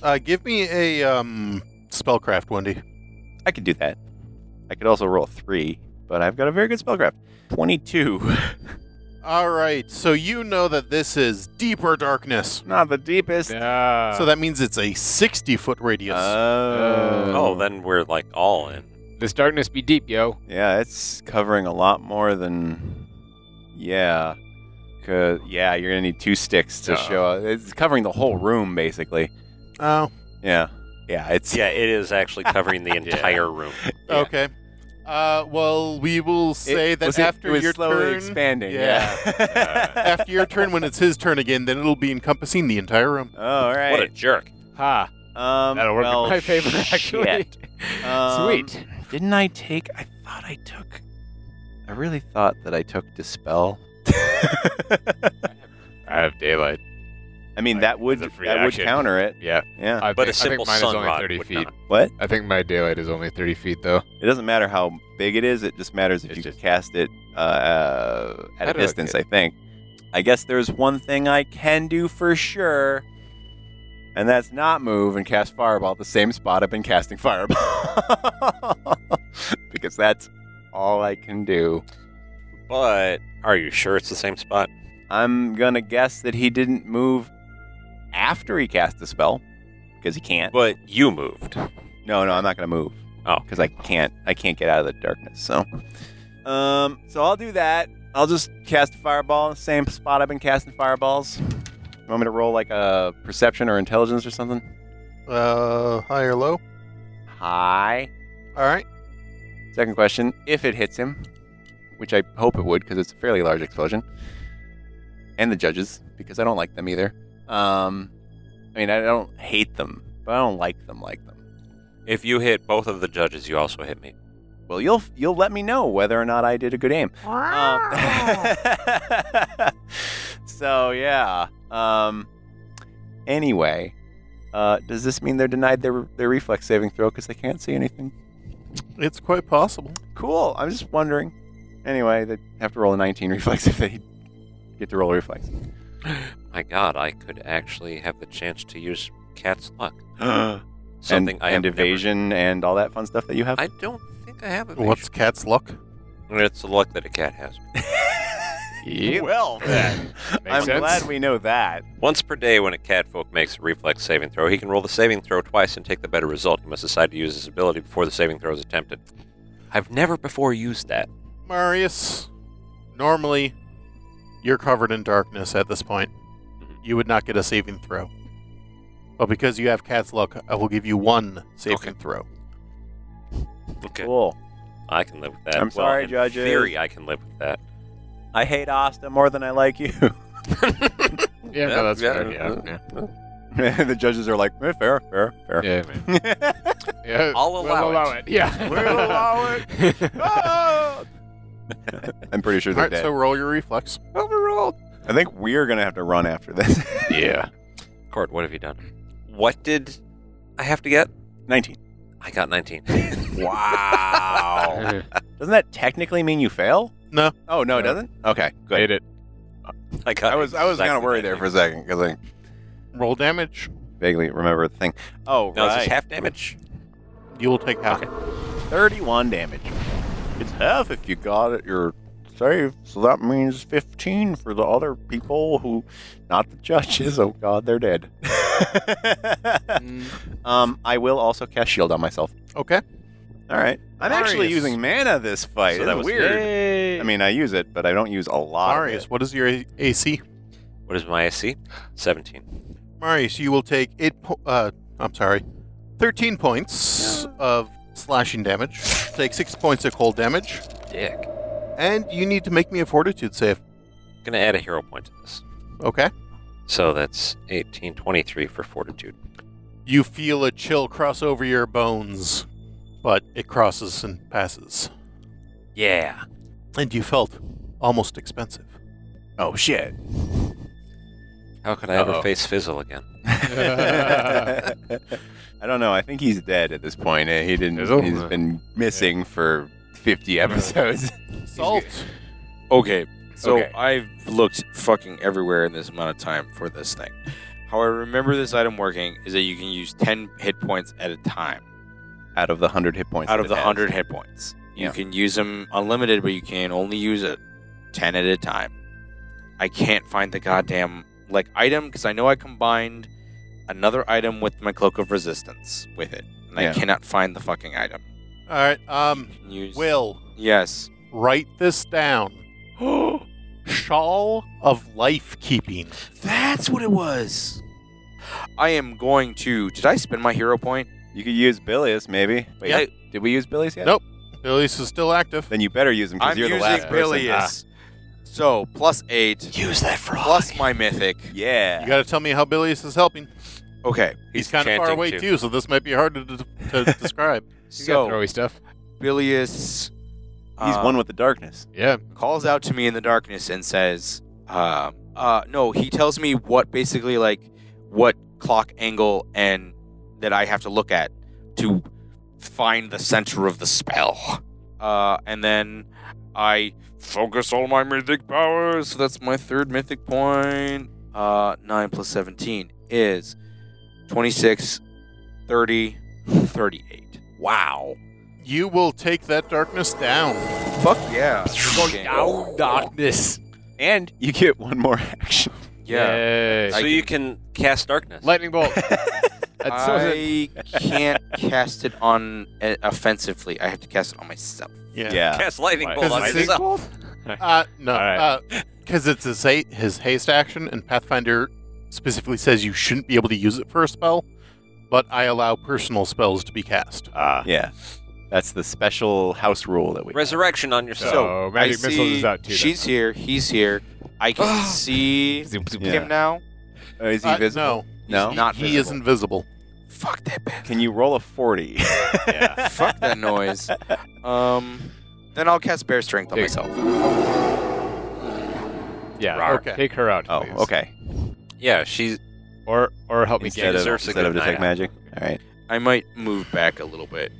Speaker 1: Uh, give me a um spellcraft, Wendy.
Speaker 5: I could do that. I could also roll a three, but I've got a very good spellcraft. 22.
Speaker 1: All right. So you know that this is deeper darkness.
Speaker 5: Not the deepest. Uh.
Speaker 3: Yeah.
Speaker 1: so that means it's a 60 foot radius.
Speaker 5: Oh.
Speaker 1: Um,
Speaker 4: Oh, then we're like all in.
Speaker 3: this darkness be deep, yo.
Speaker 5: Yeah, it's covering a lot more than. Yeah. 'Cause- yeah, you're going to need two sticks to
Speaker 3: Oh.
Speaker 5: show. It's covering the whole room, basically.
Speaker 1: oh,
Speaker 5: Yeah. Yeah, it's.
Speaker 4: Yeah, it is actually covering the
Speaker 3: Yeah.
Speaker 4: entire room.
Speaker 5: Yeah.
Speaker 1: okay. Uh, well, we will
Speaker 5: It-
Speaker 1: say that
Speaker 5: was it-
Speaker 1: after
Speaker 5: it was
Speaker 1: your
Speaker 5: slowly
Speaker 1: turn,
Speaker 5: expanding.
Speaker 1: Yeah.
Speaker 5: Yeah.
Speaker 1: after your turn, when it's his turn again, then it'll be encompassing the entire room.
Speaker 5: oh, all right.
Speaker 4: What a jerk.
Speaker 3: Ha.
Speaker 5: um,
Speaker 3: That'll work
Speaker 5: well,
Speaker 3: in my favor, actually.
Speaker 5: shit. Um,
Speaker 3: Sweet.
Speaker 5: Didn't I take? I thought I took
Speaker 7: I really thought that I took dispel.
Speaker 3: I have daylight.
Speaker 7: I mean,
Speaker 3: Like,
Speaker 7: that would
Speaker 3: as a free
Speaker 7: that would
Speaker 3: action.
Speaker 7: counter it.
Speaker 3: Yeah.
Speaker 7: Yeah.
Speaker 3: I
Speaker 4: But
Speaker 3: think,
Speaker 4: a simple
Speaker 3: I think mine
Speaker 4: sun
Speaker 3: is only
Speaker 4: rod
Speaker 3: 30
Speaker 4: would
Speaker 3: feet.
Speaker 4: not.
Speaker 7: What?
Speaker 3: I think my daylight is only 30 feet, though.
Speaker 7: It doesn't matter how big it is. It just matters if
Speaker 3: It's
Speaker 7: you
Speaker 3: just-
Speaker 7: cast it uh,
Speaker 3: I
Speaker 7: at a
Speaker 3: don't know,
Speaker 7: distance.
Speaker 3: kid.
Speaker 7: I think. I guess there's one thing I can do for sure, and that's not move and cast fireball at the same spot I've been casting fireball, because that's all I can do.
Speaker 4: But are you sure it's the same spot?
Speaker 7: I'm gonna guess that he didn't move after he cast the spell, because he can't.
Speaker 4: But you moved.
Speaker 7: No, no, I'm not gonna move.
Speaker 4: Oh.
Speaker 7: because I can't. I can't get out of the darkness. So, um, so I'll do that. I'll just cast fireball in the same spot I've been casting fireballs. You want me to roll like a perception or intelligence or something?
Speaker 1: Uh, high or low?
Speaker 7: Hi.
Speaker 1: All right.
Speaker 7: Second question: If it hits him, which I hope it would, because it's a fairly large explosion, and the judges, because I don't like them either. Um, I mean, I don't hate them, but I don't like them like them.
Speaker 4: If you hit both of the judges, you also hit me.
Speaker 7: Well, you'll you'll let me know whether or not I did a good aim. Um, so yeah. Um, anyway, uh, does this mean they're denied their their reflex saving throw because they can't see anything?
Speaker 1: It's quite possible.
Speaker 7: Cool. I'm just wondering. Anyway, they have to roll a 19 reflex if they get to roll a reflex.
Speaker 4: My God, I could actually have the chance to use cat's luck.
Speaker 7: and
Speaker 4: Something I
Speaker 7: and
Speaker 4: have never-
Speaker 7: evasion and all that fun stuff that you have.
Speaker 4: I don't think I have evasion.
Speaker 1: What's cat's luck?
Speaker 4: It's the luck that a cat has.
Speaker 3: Yep.
Speaker 7: Well then, I'm
Speaker 3: sense.
Speaker 7: glad we know that.
Speaker 4: Once per day, when a catfolk makes a reflex saving throw, he can roll the saving throw twice and take the better result. He must decide to use his ability before the saving throw is attempted. I've never before used that.
Speaker 1: Marius, normally you're covered in darkness at this point.
Speaker 5: Mm-hmm.
Speaker 1: You would not get a saving throw. But because you have cat's luck, I will give you one saving
Speaker 4: Okay.
Speaker 1: throw.
Speaker 4: Okay.
Speaker 7: Cool.
Speaker 4: I can live with that.
Speaker 7: I'm
Speaker 4: Well,
Speaker 7: sorry,
Speaker 4: in
Speaker 7: judges.
Speaker 4: theory, I can live with that.
Speaker 7: I hate Asta more than I like you.
Speaker 3: Yeah, no, that's
Speaker 4: Yeah,
Speaker 3: fair. Yeah,
Speaker 4: yeah.
Speaker 3: yeah.
Speaker 7: the judges are like, "Eh, fair, fair, fair.
Speaker 3: Yeah, man. Yeah,
Speaker 4: I'll
Speaker 3: we'll
Speaker 4: allow
Speaker 3: allow it. Yeah.
Speaker 7: I'm pretty sure
Speaker 1: All
Speaker 7: they're
Speaker 1: right,
Speaker 7: dead.
Speaker 1: so roll your reflex.
Speaker 4: Overruled.
Speaker 7: I think we're gonna have to run after this.
Speaker 3: yeah.
Speaker 4: Court, what have you done? What did I have to get?
Speaker 7: 19.
Speaker 4: I got 19.
Speaker 7: Wow. doesn't that technically mean you fail?
Speaker 1: No.
Speaker 7: Oh no, it
Speaker 3: No.
Speaker 7: doesn't. Okay, good.
Speaker 3: Made it.
Speaker 4: I got.
Speaker 7: I was I was kind of
Speaker 4: exactly
Speaker 7: worried there
Speaker 4: 19.
Speaker 7: for a second because I
Speaker 1: Roll damage.
Speaker 7: vaguely remember the thing. Oh
Speaker 4: No, it's
Speaker 7: right,
Speaker 4: just half damage.
Speaker 1: You will take half.
Speaker 7: 31 damage. It's half if you got it. You're safe, so that means 15 for the other people who, not the judges. Oh god, they're dead. um, I will also cast shield on myself.
Speaker 1: Okay.
Speaker 7: All right. I'm actually
Speaker 1: Marius.
Speaker 7: using mana this fight.
Speaker 4: So
Speaker 7: It's
Speaker 4: that was
Speaker 7: weird.
Speaker 3: Yay.
Speaker 7: I mean, I use it, but I don't use a lot. of
Speaker 1: Marius,
Speaker 7: it.
Speaker 1: what is your A- AC?
Speaker 4: What is my AC? 17.
Speaker 1: Marius, you will take eight. Po- uh, I'm sorry, thirteen points of slashing damage. Take six points of cold damage,
Speaker 4: Dick.
Speaker 1: and you need to make me a fortitude save.
Speaker 4: Gonna add a hero point to this.
Speaker 1: Okay.
Speaker 4: So that's 18, 23 for fortitude.
Speaker 1: You feel a chill cross over your bones, but it crosses and passes.
Speaker 4: Yeah.
Speaker 1: And you felt almost expensive.
Speaker 7: Oh shit.
Speaker 4: How could I ever
Speaker 3: Uh-oh.
Speaker 4: face Fizzle again?
Speaker 7: I don't know. I think he's dead at this point. Uh, He didn't.
Speaker 3: Is it?
Speaker 7: He's been missing for 50 episodes.
Speaker 1: Salt.
Speaker 6: Okay, so
Speaker 7: Okay.
Speaker 6: I've looked fucking everywhere in this amount of time for this thing. How I remember this item working is that you can use 10 hit points at a time
Speaker 7: out of the 100 hit points.
Speaker 6: out
Speaker 7: that
Speaker 6: of the
Speaker 7: it has.
Speaker 6: 100 hit points. You
Speaker 7: Yeah.
Speaker 6: can use them unlimited, but you can only use it 10 at a time. I can't find the goddamn like item because I know I combined another item with my cloak of resistance with it, and
Speaker 7: Yeah.
Speaker 6: I cannot find the fucking item.
Speaker 1: All right. Um,
Speaker 6: You can use
Speaker 1: Will,
Speaker 6: yes.
Speaker 1: write this down. Shawl of lifekeeping.
Speaker 6: That's what it was. I am going to. Did I spend my hero point?
Speaker 7: You could use Bilius, maybe. Wait,
Speaker 1: Yeah.
Speaker 7: did we use Bilius yet?
Speaker 1: Nope. Bilius is still active.
Speaker 7: Then you better use him because
Speaker 6: I'm
Speaker 7: you're the
Speaker 6: using
Speaker 7: last person. Ah.
Speaker 6: Bilius. So plus eight. Use that frog. Plus my mythic.
Speaker 7: Ah, yeah.
Speaker 1: You got to tell me how Bilius is helping.
Speaker 6: Okay.
Speaker 1: He's, kind of far
Speaker 4: chanting,
Speaker 1: away, too. so this might be hard to, to, to describe.
Speaker 3: you got
Speaker 6: So
Speaker 3: throwy stuff.
Speaker 6: Bilius
Speaker 7: He's
Speaker 6: Um,
Speaker 7: one with the darkness.
Speaker 3: Yeah.
Speaker 6: calls out to me in the darkness and says, um, uh, no, he tells me what basically like what clock angle and that I have to look at to find the center of the spell. Uh, and then I focus all my mythic powers. So that's my third mythic point. Uh, 9 plus 17 is 26, 30, 38. Wow.
Speaker 1: You will take that darkness down.
Speaker 6: Fuck yeah. Okay.
Speaker 3: darkness.
Speaker 7: And you get one more action.
Speaker 6: Yeah.
Speaker 3: Yay.
Speaker 4: So
Speaker 6: I
Speaker 4: you can cast darkness.
Speaker 3: Lightning bolt. That's so good.
Speaker 6: I can't cast it on uh, offensively. I have to cast it on myself.
Speaker 4: Cast lightning
Speaker 3: Why?
Speaker 4: bolt on
Speaker 1: Does it
Speaker 4: yourself.
Speaker 1: Uh, no,
Speaker 3: All right.
Speaker 1: because it's his, ha- his haste action, and Pathfinder specifically says you shouldn't be able to use it for a spell. But I allow personal spells to be cast.
Speaker 3: Ah.
Speaker 7: Yeah. That's the special house rule that we
Speaker 4: Resurrection on yourself.
Speaker 3: So, magic
Speaker 6: I
Speaker 3: missiles is
Speaker 6: see
Speaker 3: out too. then.
Speaker 6: She's here. He's here. I can see
Speaker 3: Zoom, zoom,
Speaker 7: Yeah.
Speaker 6: him now.
Speaker 7: Oh, is he
Speaker 1: Uh,
Speaker 7: visible?
Speaker 1: no,
Speaker 7: No?
Speaker 1: he,
Speaker 6: Not
Speaker 1: he is invisible.
Speaker 6: Fuck that bad.
Speaker 7: Can you roll a 40?
Speaker 3: Yeah.
Speaker 6: Fuck that noise. Um, then I'll cast bear strength on
Speaker 3: Dude.
Speaker 6: myself.
Speaker 3: Yeah.
Speaker 4: Rawr.
Speaker 1: Okay.
Speaker 3: Take her out.
Speaker 2: Oh,
Speaker 3: please.
Speaker 2: okay.
Speaker 4: Yeah, she's
Speaker 3: Or or help me
Speaker 4: He
Speaker 2: Instead
Speaker 3: get
Speaker 2: of,
Speaker 4: deserves a
Speaker 2: instead of
Speaker 4: good
Speaker 2: detect
Speaker 4: night out.
Speaker 2: magic. All right.
Speaker 6: I might move back a little bit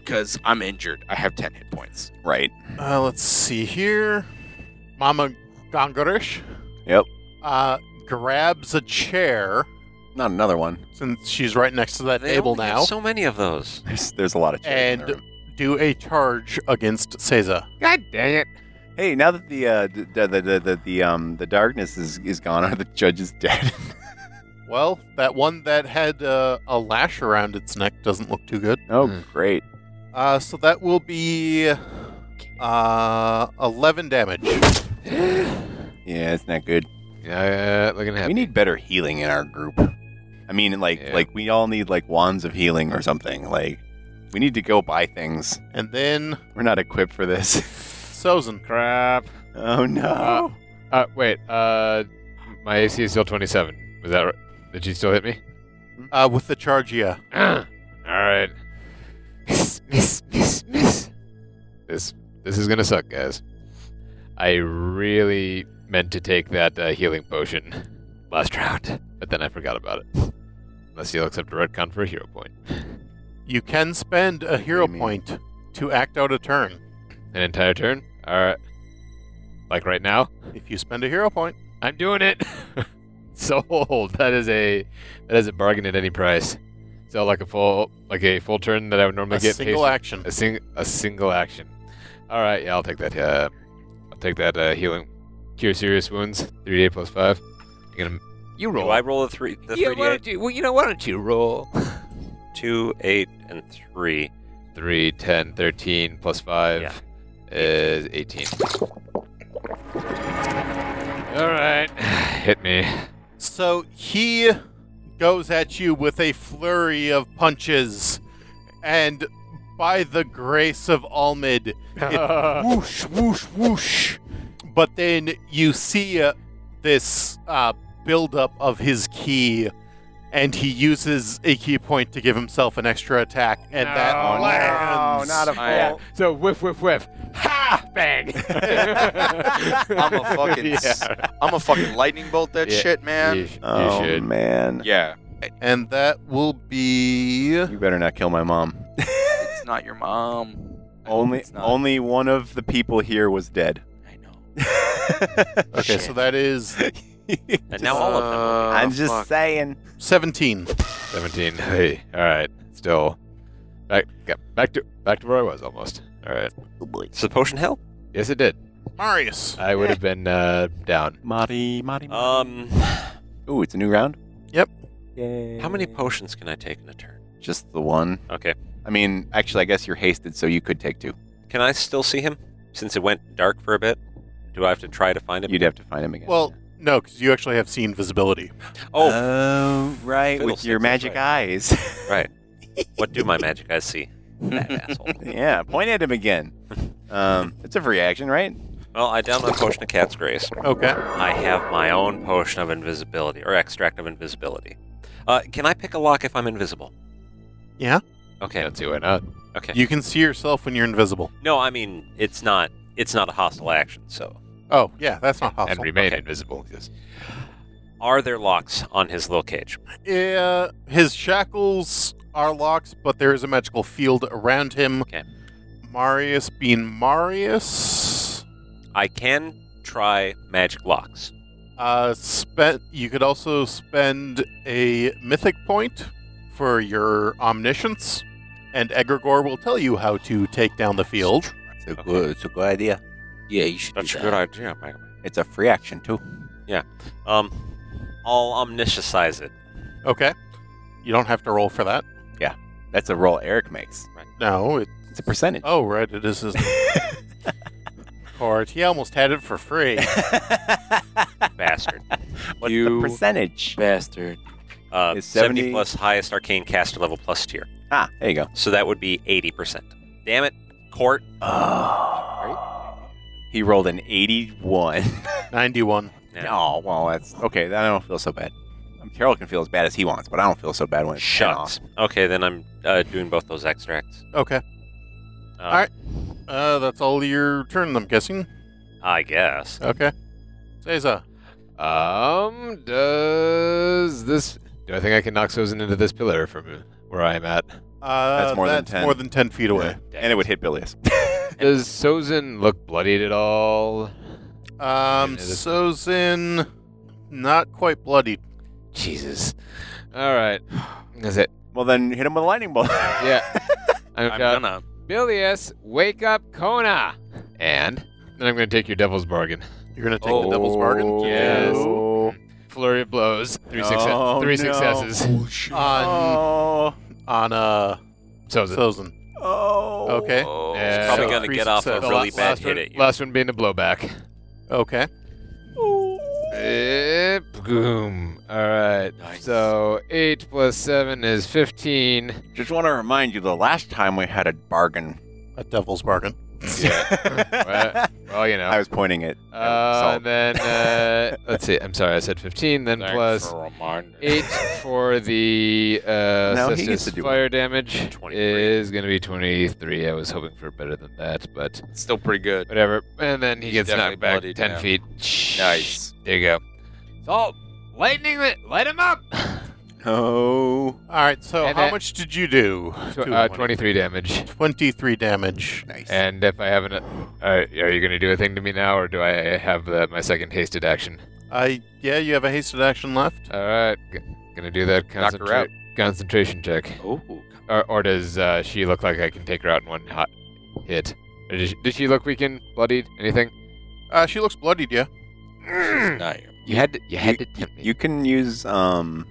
Speaker 6: because I'm injured. I have ten hit points.
Speaker 2: Right.
Speaker 1: Uh, let's see here. Mama Gongarish.
Speaker 2: Yep.
Speaker 1: Uh, grabs a chair
Speaker 7: Not another one.
Speaker 1: since she's right next to that
Speaker 4: they
Speaker 1: table
Speaker 4: only have
Speaker 1: now,
Speaker 4: So many of those.
Speaker 2: There's there's a lot of chairs in
Speaker 1: and
Speaker 2: the room.
Speaker 1: do a charge against Seiza.
Speaker 3: God dang it.
Speaker 2: Hey, now that the uh, d- the, the, the, the the um the darkness is is gone, are the judge is dead?
Speaker 1: Well, that one that had uh, a lash around its neck doesn't look too good.
Speaker 2: oh,
Speaker 3: Hmm.
Speaker 2: great.
Speaker 1: Uh, so that will be uh, 11 damage.
Speaker 2: Yeah, it's not good.
Speaker 3: Yeah, looking
Speaker 2: We
Speaker 3: happy.
Speaker 2: need better healing in our group. I mean, like
Speaker 3: Yeah.
Speaker 2: like we all need like wands of healing or something. Like we need to go buy things.
Speaker 1: And then
Speaker 2: We're not equipped for this.
Speaker 1: Sozin.
Speaker 3: Crap.
Speaker 2: oh no.
Speaker 3: Uh, wait. Uh, my AC is still 27. Was that right? Did she still hit me?
Speaker 1: Uh, with the charge, yeah.
Speaker 3: All right. Miss, miss, miss, miss. This this is gonna suck, guys. I really meant to take that uh, healing potion last round, but then I forgot about it. Unless you'll accept a retcon for a hero point,
Speaker 1: You can spend a hero
Speaker 2: mean?
Speaker 1: point to act out a turn.
Speaker 3: an entire turn. All right. Like right now,
Speaker 1: If you spend a hero point,
Speaker 3: I'm doing it. Sold. That is a that is a bargain at any price. So like a full like a full turn that I would normally
Speaker 1: a
Speaker 3: get.
Speaker 1: single
Speaker 3: pays-
Speaker 1: action.
Speaker 3: A sing a single action. All right, yeah, I'll take that. Uh, I'll take that uh, healing, cure serious wounds, three d plus five. You're gonna you
Speaker 4: Do
Speaker 3: roll.
Speaker 4: I roll a three? The
Speaker 3: yeah,
Speaker 4: three
Speaker 3: why don't you? Well, you know, why don't you roll?
Speaker 4: two, eight, and three.
Speaker 3: 3, 10, 13 plus five
Speaker 4: Yeah.
Speaker 3: is eighteen. All right, hit me.
Speaker 1: So he goes at you with a flurry of punches, and by the grace of Almid, whoosh, whoosh, whoosh. But then you see uh, this uh, buildup of his key, and he uses a key point to give himself an extra attack, and that
Speaker 3: No, no,
Speaker 1: lands.
Speaker 2: not a
Speaker 3: Yeah, So whiff, whiff, whiff. Ha! Bang! I'm
Speaker 6: a fucking s- I'm a fucking lightning bolt that
Speaker 3: Yeah.
Speaker 6: shit, man.
Speaker 3: You, sh- you
Speaker 2: Oh
Speaker 3: should.
Speaker 2: man.
Speaker 6: Yeah,
Speaker 1: and that will be.
Speaker 2: You better not kill my mom.
Speaker 6: it's not your mom. I hope
Speaker 2: Only
Speaker 6: it's not.
Speaker 2: only one of the people here was dead.
Speaker 6: I know.
Speaker 1: Okay, so that is
Speaker 4: And now all of them. will
Speaker 2: I'm just
Speaker 6: fuck.
Speaker 2: saying.
Speaker 1: 17.
Speaker 3: 17. Hey, all right. Still, back, got back to back to where I was almost. All right.
Speaker 4: be-
Speaker 3: uh,
Speaker 4: Does the potion help?
Speaker 3: Yes, it did.
Speaker 1: Marius.
Speaker 3: I would have been uh, down.
Speaker 2: Mari, Mari.
Speaker 4: Um,
Speaker 2: Ooh, it's a new round.
Speaker 4: how many potions can I take in a turn?
Speaker 2: Just the one.
Speaker 4: Okay.
Speaker 2: I mean, actually, I guess you're hasted, so you could take two.
Speaker 4: Can I still see him? Since it went dark for a bit, do I have to try to find him?
Speaker 2: You'd have to find him again.
Speaker 1: Well, no, because you actually have seen visibility.
Speaker 4: Oh,
Speaker 7: Uh,
Speaker 2: Oh, right, with
Speaker 4: Fiddlesticks,
Speaker 2: your
Speaker 4: that's
Speaker 2: magic
Speaker 4: right.
Speaker 2: eyes.
Speaker 4: right. What do my magic eyes see? That asshole.
Speaker 2: yeah, point at him again. Um, it's a free action, right?
Speaker 4: Well, I down my potion of cat's grace.
Speaker 1: Okay.
Speaker 4: I have my own potion of invisibility or extract of invisibility. Uh, can I pick a lock if I'm invisible?
Speaker 1: Yeah.
Speaker 4: Okay.
Speaker 3: Can't see why not.
Speaker 4: Okay.
Speaker 1: You can see yourself when you're invisible.
Speaker 4: No, I mean it's not. It's not a hostile action. So,
Speaker 1: Oh, yeah, that's not
Speaker 3: and
Speaker 1: hostile.
Speaker 3: remain
Speaker 4: Okay.
Speaker 3: invisible. Yes.
Speaker 4: are there locks on his little cage?
Speaker 1: Uh, his shackles are locked, but there is a magical field around him.
Speaker 4: Okay.
Speaker 1: Marius being Marius.
Speaker 4: I can try magic locks.
Speaker 1: Uh, spent. You could also spend a mythic point for your omniscience, and Egregore will tell you how to take down the field.
Speaker 7: It's a
Speaker 4: Okay.
Speaker 7: good, it's a good idea.
Speaker 6: Yeah, you should.
Speaker 4: That's
Speaker 6: do
Speaker 4: a
Speaker 6: that.
Speaker 4: good idea, man.
Speaker 7: It's a free action too.
Speaker 4: Um, I'll omniscientize it.
Speaker 1: Okay. You don't have to roll for that.
Speaker 7: That's a roll Eric makes.
Speaker 1: No. It,
Speaker 7: It's a percentage.
Speaker 1: oh, right. It is. His... Court. He almost had it for free.
Speaker 4: Bastard.
Speaker 7: What's
Speaker 6: You-
Speaker 7: the Oh. percentage?
Speaker 6: Bastard.
Speaker 4: Uh,
Speaker 7: It's
Speaker 4: 70...
Speaker 7: 70
Speaker 4: plus highest arcane caster level plus tier.
Speaker 7: Ah, there you go.
Speaker 4: So that would be 80%. Damn it, court.
Speaker 7: Oh. He rolled an 81.
Speaker 1: Ninety-one.
Speaker 4: Yeah.
Speaker 7: Oh, well, that's okay. Then I don't feel so bad. Um, Carol can feel as bad as he wants, but I don't feel so bad when it's ten off.
Speaker 4: Shucks. Okay, then I'm uh, doing both those extracts.
Speaker 1: Okay.
Speaker 4: Uh,
Speaker 1: All right. Uh, that's all your turn. I'm guessing.
Speaker 4: I guess.
Speaker 1: Okay. Cesar.
Speaker 3: Um, does this? Do I think I can knock Susan into this pillar from where I am at?
Speaker 1: Uh,
Speaker 7: That's more than 10.
Speaker 1: more than ten feet away.
Speaker 7: And it would hit Bilius.
Speaker 3: Does Sozin look bloodied at all?
Speaker 1: Um,
Speaker 3: it is-
Speaker 1: Sozin, not quite bloodied.
Speaker 3: Jesus. All right. That's it.
Speaker 7: well, then hit him with a lightning bolt.
Speaker 3: Yeah. I'm,
Speaker 6: I'm
Speaker 3: gonna-
Speaker 6: gonna.
Speaker 3: Bilius, wake up Kona! And then I'm going to take your devil's bargain.
Speaker 1: You're gonna take the devil's bargain.
Speaker 3: yes.
Speaker 7: Oh,
Speaker 3: Flurry of blows. Three, success-
Speaker 7: Oh,
Speaker 3: three
Speaker 7: no.
Speaker 3: successes.
Speaker 1: on
Speaker 7: Oh.
Speaker 1: on uh
Speaker 3: Sozin.
Speaker 1: Sozin.
Speaker 7: Oh.
Speaker 1: Okay.
Speaker 4: Oh,
Speaker 3: Yeah.
Speaker 4: it's probably
Speaker 1: So
Speaker 4: going to
Speaker 1: three
Speaker 4: get off a
Speaker 1: success.
Speaker 4: really
Speaker 1: Last-
Speaker 4: bad
Speaker 1: last
Speaker 4: hit
Speaker 1: one?
Speaker 4: at you.
Speaker 3: Last one being a blowback.
Speaker 1: Okay.
Speaker 3: Eh, boom. All right.
Speaker 6: Nice.
Speaker 3: So 8 plus 7 is 15.
Speaker 7: Just want to remind you the last time we had a bargain.
Speaker 1: A devil's bargain.
Speaker 3: Well, well, you know.
Speaker 7: I was pointing it. at
Speaker 3: Uh,
Speaker 7: Salt.
Speaker 3: and then uh, let's see. I'm sorry, I said 15. Then plus eight for the uh,
Speaker 7: No, he
Speaker 3: Cestus
Speaker 7: gets to do it.
Speaker 3: fire damage
Speaker 4: 23.
Speaker 3: is going to be 23. I was hoping for better than that, but
Speaker 6: Still pretty good.
Speaker 3: whatever. And then he
Speaker 6: He's
Speaker 3: gets knocked
Speaker 6: definitely
Speaker 3: back
Speaker 6: bloodied
Speaker 3: 10
Speaker 6: now.
Speaker 3: feet.
Speaker 6: Nice.
Speaker 3: There you go. Salt, lightning, li- light him up.
Speaker 7: Oh.
Speaker 1: All right. So
Speaker 3: And
Speaker 1: how
Speaker 3: that-
Speaker 1: much did you do?
Speaker 3: Tw-
Speaker 1: Two
Speaker 3: uh,
Speaker 1: of them.
Speaker 3: 23 damage.
Speaker 1: Twenty-three damage.
Speaker 7: Nice.
Speaker 3: And if I haven't, uh, are you going to do a thing to me now, or do I have the, my second hasted action?
Speaker 1: I yeah. You have a hasted action left.
Speaker 3: All right, g- gonna do that
Speaker 7: Knock her out.
Speaker 3: concentra- concentration check.
Speaker 6: Oh,
Speaker 3: Or, or does uh, she look like I can take her out in one hot hit? Or does, she, does she look weakened, bloodied, anything?
Speaker 1: Uh, she looks bloodied. Yeah.
Speaker 2: Mm.
Speaker 6: now you're
Speaker 3: You had to, you had to
Speaker 7: you,
Speaker 3: tempt me,
Speaker 7: you can use um,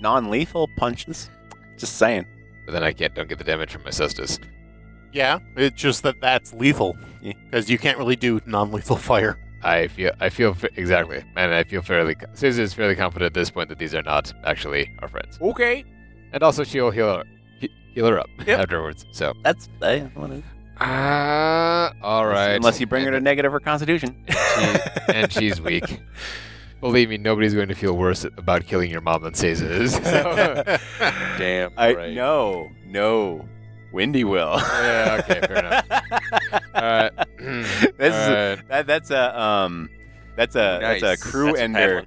Speaker 7: non-lethal punches. Just saying.
Speaker 3: but then I can't. Don't get the damage from my cestus.
Speaker 1: Yeah. It's just that that's lethal
Speaker 7: Yeah.
Speaker 1: because you can't really do non-lethal fire.
Speaker 3: I feel I feel fa- exactly, and I feel fairly. co- Susan is fairly confident at this point that these are not actually our friends,
Speaker 7: Okay.
Speaker 3: and also she'll heal her, he- heal her up
Speaker 7: Yep.
Speaker 3: afterwards. So,
Speaker 7: That's uh, what it is.
Speaker 3: ah, all right.
Speaker 7: Unless you bring her
Speaker 3: And-
Speaker 7: to negative her constitution.
Speaker 3: She- and she's weak. Believe me, nobody's going to feel worse about killing your mom than Seiza is. So-
Speaker 6: damn
Speaker 7: I
Speaker 6: right.
Speaker 7: no no. Wendy will.
Speaker 3: yeah, okay, fair enough. All right.
Speaker 7: This is
Speaker 3: All right.
Speaker 7: That, that's a um, that's a
Speaker 6: Nice.
Speaker 7: that's a crew
Speaker 4: That's a bad
Speaker 7: ender.
Speaker 4: one.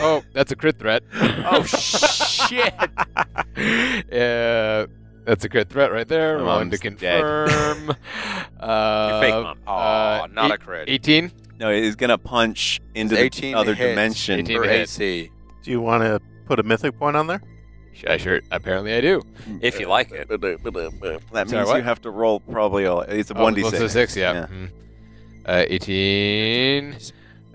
Speaker 3: Oh, that's a crit threat.
Speaker 7: oh shit!
Speaker 3: yeah, that's a crit threat right there.
Speaker 7: My
Speaker 3: Rolling to
Speaker 7: mom's dead.
Speaker 3: confirm. uh,
Speaker 4: Your fake mom.
Speaker 3: uh,
Speaker 6: Aw, not
Speaker 3: eight-
Speaker 6: a crit.
Speaker 3: 18?
Speaker 7: No, he's gonna punch into
Speaker 6: It's
Speaker 7: the
Speaker 6: 18
Speaker 7: other
Speaker 6: hits.
Speaker 7: dimension.
Speaker 3: 18
Speaker 6: Or
Speaker 3: hit.
Speaker 6: AC.
Speaker 1: Do you want to put a mythic point on there?
Speaker 3: Sh- I sure, apparently I do.
Speaker 4: If you like it.
Speaker 7: That means
Speaker 3: Sorry, what?
Speaker 7: you have to roll probably a, it's a
Speaker 3: Oh,
Speaker 7: one d
Speaker 3: well, it's a
Speaker 7: six.
Speaker 3: six, yeah.
Speaker 7: Yeah.
Speaker 3: mhm. Uh, 18,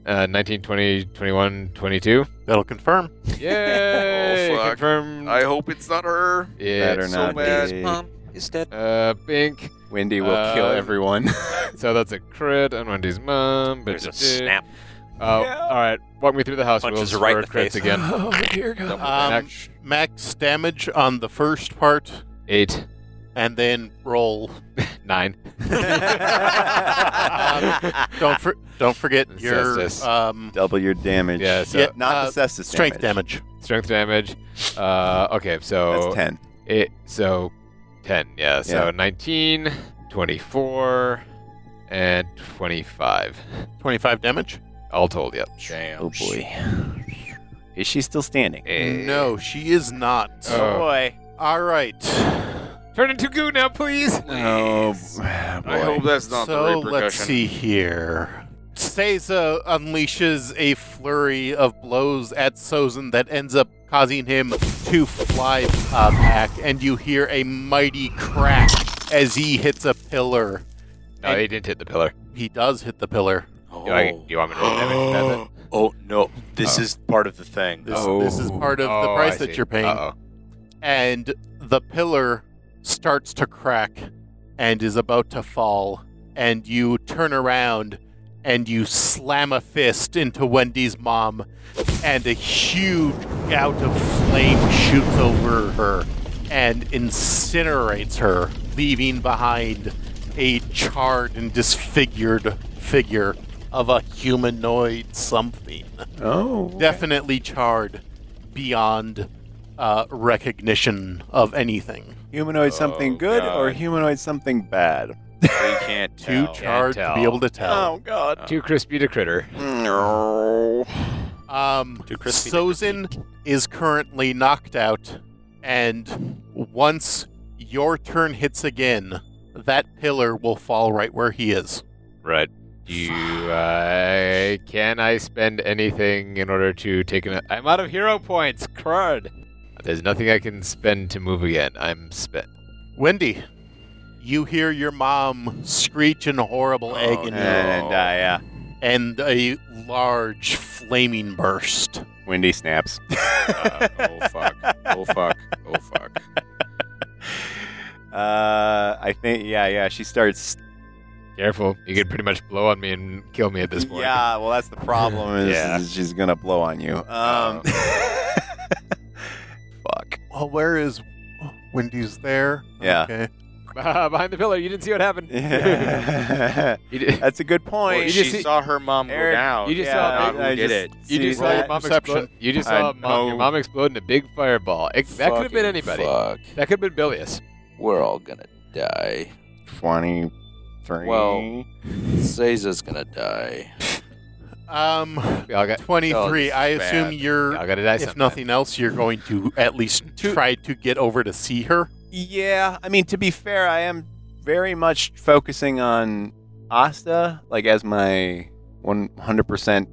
Speaker 3: uh, 19, 20, 21, 22.
Speaker 1: That'll confirm.
Speaker 3: Yay!
Speaker 6: Oh, fuck.
Speaker 3: Confirmed.
Speaker 6: I hope it's not her.
Speaker 3: yeah.
Speaker 7: Better
Speaker 6: so
Speaker 7: not
Speaker 6: bad.
Speaker 7: be.
Speaker 4: Mom is dead.
Speaker 3: Uh, pink.
Speaker 7: Wendy will kill
Speaker 3: Uh,
Speaker 7: everyone.
Speaker 3: So that's a crit on Wendy's mom.
Speaker 4: There's a
Speaker 3: Ba-da-da.
Speaker 4: snap.
Speaker 3: Oh, all right. Walk me through the house
Speaker 4: Punches
Speaker 3: rules
Speaker 4: her right
Speaker 3: for
Speaker 4: in the
Speaker 3: crits
Speaker 4: face.
Speaker 3: again.
Speaker 1: Um, max damage on the first part,
Speaker 3: Eight,
Speaker 1: and then roll.
Speaker 3: nine.
Speaker 1: Don't for, don't forget
Speaker 3: Yes,
Speaker 1: your
Speaker 3: yes.
Speaker 1: um,
Speaker 7: Double your damage.
Speaker 3: Yeah, so
Speaker 1: yeah,
Speaker 7: Not
Speaker 1: uh,
Speaker 7: the cestus
Speaker 1: strength damage.
Speaker 3: strength damage. Uh, okay, so
Speaker 7: That's ten.
Speaker 3: it so 10, yeah. So 19, 24, and 25.
Speaker 1: 25 damage?
Speaker 3: All told, yep.
Speaker 6: Damn.
Speaker 7: Oh boy. Is she still standing?
Speaker 3: Eh.
Speaker 1: No, she is not.
Speaker 3: Oh.
Speaker 7: boy.
Speaker 1: All right.
Speaker 3: Turn into goo now, please.
Speaker 7: Oh,
Speaker 6: I hope that's not
Speaker 1: so
Speaker 6: the
Speaker 1: let's
Speaker 6: repercussion.
Speaker 1: see here. Seiza unleashes a flurry of blows at Sozin that ends up causing him to fly uh, back, and you hear a mighty crack as he hits a pillar.
Speaker 3: No, he didn't hit the pillar.
Speaker 1: He does hit the pillar.
Speaker 6: Oh.
Speaker 3: Do, I, do you want me to roll damage? That's it.
Speaker 6: Oh no! This is part of the thing.
Speaker 1: This, this is part of the
Speaker 3: Oh,
Speaker 1: price
Speaker 3: I
Speaker 1: that
Speaker 3: see.
Speaker 1: you're paying.
Speaker 3: Uh-oh.
Speaker 1: and the pillar starts to crack and is about to fall and you turn around and you slam a fist into Wendy's mom and a huge gout of flame shoots over her and incinerates her leaving behind a charred and disfigured figure of a humanoid something
Speaker 7: Oh.
Speaker 1: definitely charred beyond uh, recognition of anything.
Speaker 7: Humanoid
Speaker 3: Oh,
Speaker 7: something good or
Speaker 3: God.
Speaker 7: humanoid something bad?
Speaker 6: We can't
Speaker 1: Too
Speaker 6: tell.
Speaker 1: charred to
Speaker 3: tell.
Speaker 1: be able to tell.
Speaker 7: God.
Speaker 3: Too crispy to critter.
Speaker 7: No.
Speaker 1: Um,
Speaker 4: Too crispy to
Speaker 1: Sozin is currently knocked out, and once your turn hits again, that pillar will fall right where he is.
Speaker 3: Right. Do you, uh, can I spend anything in order to take an? I'm out of hero points. Crud. There's nothing I can spend to move again. I'm spent.
Speaker 1: Wendy, you hear your mom screech in horrible agony
Speaker 7: And uh, yeah.
Speaker 1: and a large flaming burst.
Speaker 7: Windy snaps.
Speaker 3: Uh, oh fuck. Oh fuck. Oh fuck.
Speaker 7: Uh, I think yeah, yeah. She starts.
Speaker 3: Careful. You could pretty much blow on me and kill me at this point.
Speaker 7: Yeah, well, that's the problem. Is,
Speaker 3: Yeah.
Speaker 7: is she's gonna blow on you. Um, fuck.
Speaker 1: Well, where is Wendy's there?
Speaker 7: Yeah.
Speaker 1: Okay.
Speaker 3: Uh, Behind the pillar. You didn't see what happened. You did.
Speaker 7: that's a good
Speaker 6: Well,
Speaker 7: point.
Speaker 3: you
Speaker 6: she
Speaker 3: just see-
Speaker 6: saw her mom go
Speaker 7: Eric,
Speaker 6: down.
Speaker 3: you just
Speaker 7: yeah,
Speaker 3: saw-
Speaker 6: not who
Speaker 7: I, I
Speaker 6: did
Speaker 7: just
Speaker 6: it.
Speaker 3: You
Speaker 7: see
Speaker 3: just saw your
Speaker 7: that.
Speaker 3: mom
Speaker 1: Perception.
Speaker 3: explode. You just
Speaker 7: I
Speaker 3: saw mom, your
Speaker 7: know.
Speaker 3: mom explode in a big fireball. It, that could have been
Speaker 8: Fucking
Speaker 3: anybody.
Speaker 8: Fuck.
Speaker 3: That could have been Bilius.
Speaker 8: We're all gonna die.
Speaker 7: Twenty-three.
Speaker 8: Well- Seiza's gonna die.
Speaker 1: Um,
Speaker 3: We all got.
Speaker 1: 23.
Speaker 3: Oh,
Speaker 1: I
Speaker 3: bad.
Speaker 1: assume
Speaker 3: We
Speaker 1: you're,
Speaker 3: all got to die.
Speaker 1: if
Speaker 3: sometime.
Speaker 1: nothing else, you're going to at least try to get over to see her.
Speaker 7: Yeah, I mean to be fair, I am very much focusing on Asta like as my 100%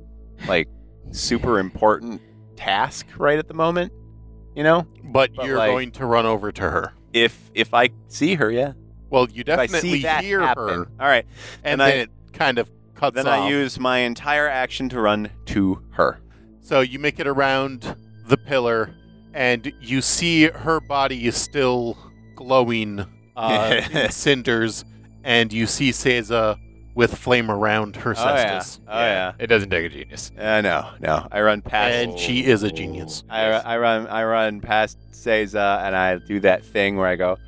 Speaker 7: like super important task right at the moment, you know?
Speaker 1: But,
Speaker 7: But,
Speaker 1: you're
Speaker 7: like-
Speaker 1: going to run over to her.
Speaker 7: If if I see her, yeah.
Speaker 1: Well, you
Speaker 7: If I
Speaker 1: definitely
Speaker 7: see that
Speaker 1: hear
Speaker 7: happen.
Speaker 1: her,
Speaker 7: All right.
Speaker 1: and
Speaker 7: then I-
Speaker 1: then it kind of cuts
Speaker 7: Then
Speaker 1: off.
Speaker 7: I use my entire action to run to her.
Speaker 1: So you make it around the pillar, and you see her body is still glowing uh, in cinders, and you see Seiza with flame around her cestus.
Speaker 7: Oh yeah.
Speaker 3: It doesn't take a genius.
Speaker 7: Uh, no, no. I run past
Speaker 1: And she is a genius.
Speaker 7: I, I run I run past Seiza and I do that thing where I go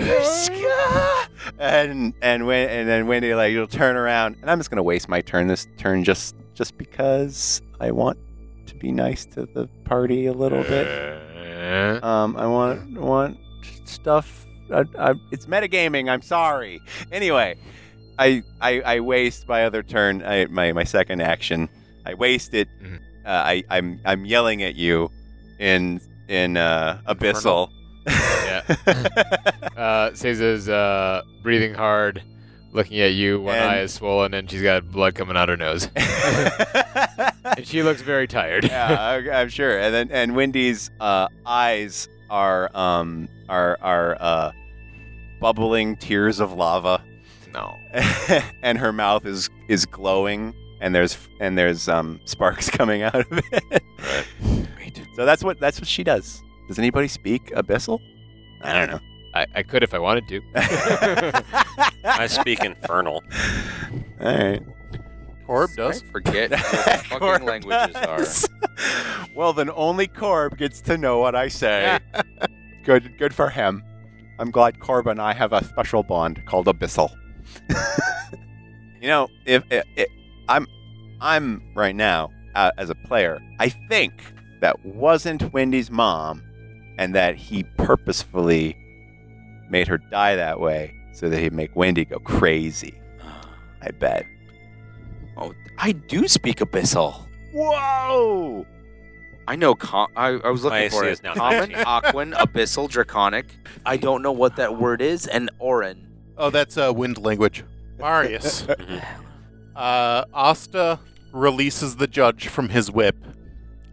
Speaker 7: "Merska!" and and when and then Wendy like you'll turn around and I'm just gonna waste my turn this turn just just because I want to be nice to the party a little bit.
Speaker 3: bit.
Speaker 7: Um, I want want stuff. I, I, it's metagaming. I'm sorry. Anyway, I I, I waste my other turn. I, my my second action. I waste it.
Speaker 3: Mhm.
Speaker 7: Uh, I I'm I'm yelling at you in in uh, abyssal.
Speaker 3: Yeah. Uh, Seiza's uh, breathing hard, looking at you. One
Speaker 7: And-
Speaker 3: eye is swollen, and she's got blood coming out her nose. and she looks very tired.
Speaker 7: yeah, I, I'm sure. And then and Wendy's uh, eyes are um are are uh, bubbling tears of lava.
Speaker 3: no.
Speaker 7: and her mouth is is glowing and there's and there's um sparks coming out of it. So that's what that's what she does. Does anybody speak abyssal? I don't know.
Speaker 3: I, I could if I wanted to.
Speaker 4: I speak infernal.
Speaker 7: All right.
Speaker 1: Corb does.
Speaker 8: I forget what the
Speaker 7: Corb
Speaker 8: fucking languages are.
Speaker 7: does. well, then only Corb gets to know what I say. good good for him. I'm glad Corb and I have a special bond called abyssal. you know, if, i i I'm I'm right now uh, as a player, I think that wasn't Wendy's mom and that he purposefully made her die that way so that he'd make Wendy go crazy. I bet.
Speaker 6: Oh, I do speak abyssal.
Speaker 7: Whoa!
Speaker 6: I know. Com- I, I was looking
Speaker 4: My
Speaker 6: for
Speaker 4: AC
Speaker 6: it.
Speaker 4: is now
Speaker 6: Common,
Speaker 4: 19.
Speaker 6: Aquan, Abyssal, Draconic. I don't know what that word is. And Orin.
Speaker 1: Oh, that's uh, wind language. Marius.
Speaker 4: Mhm.
Speaker 1: uh, Asta releases the judge from his whip,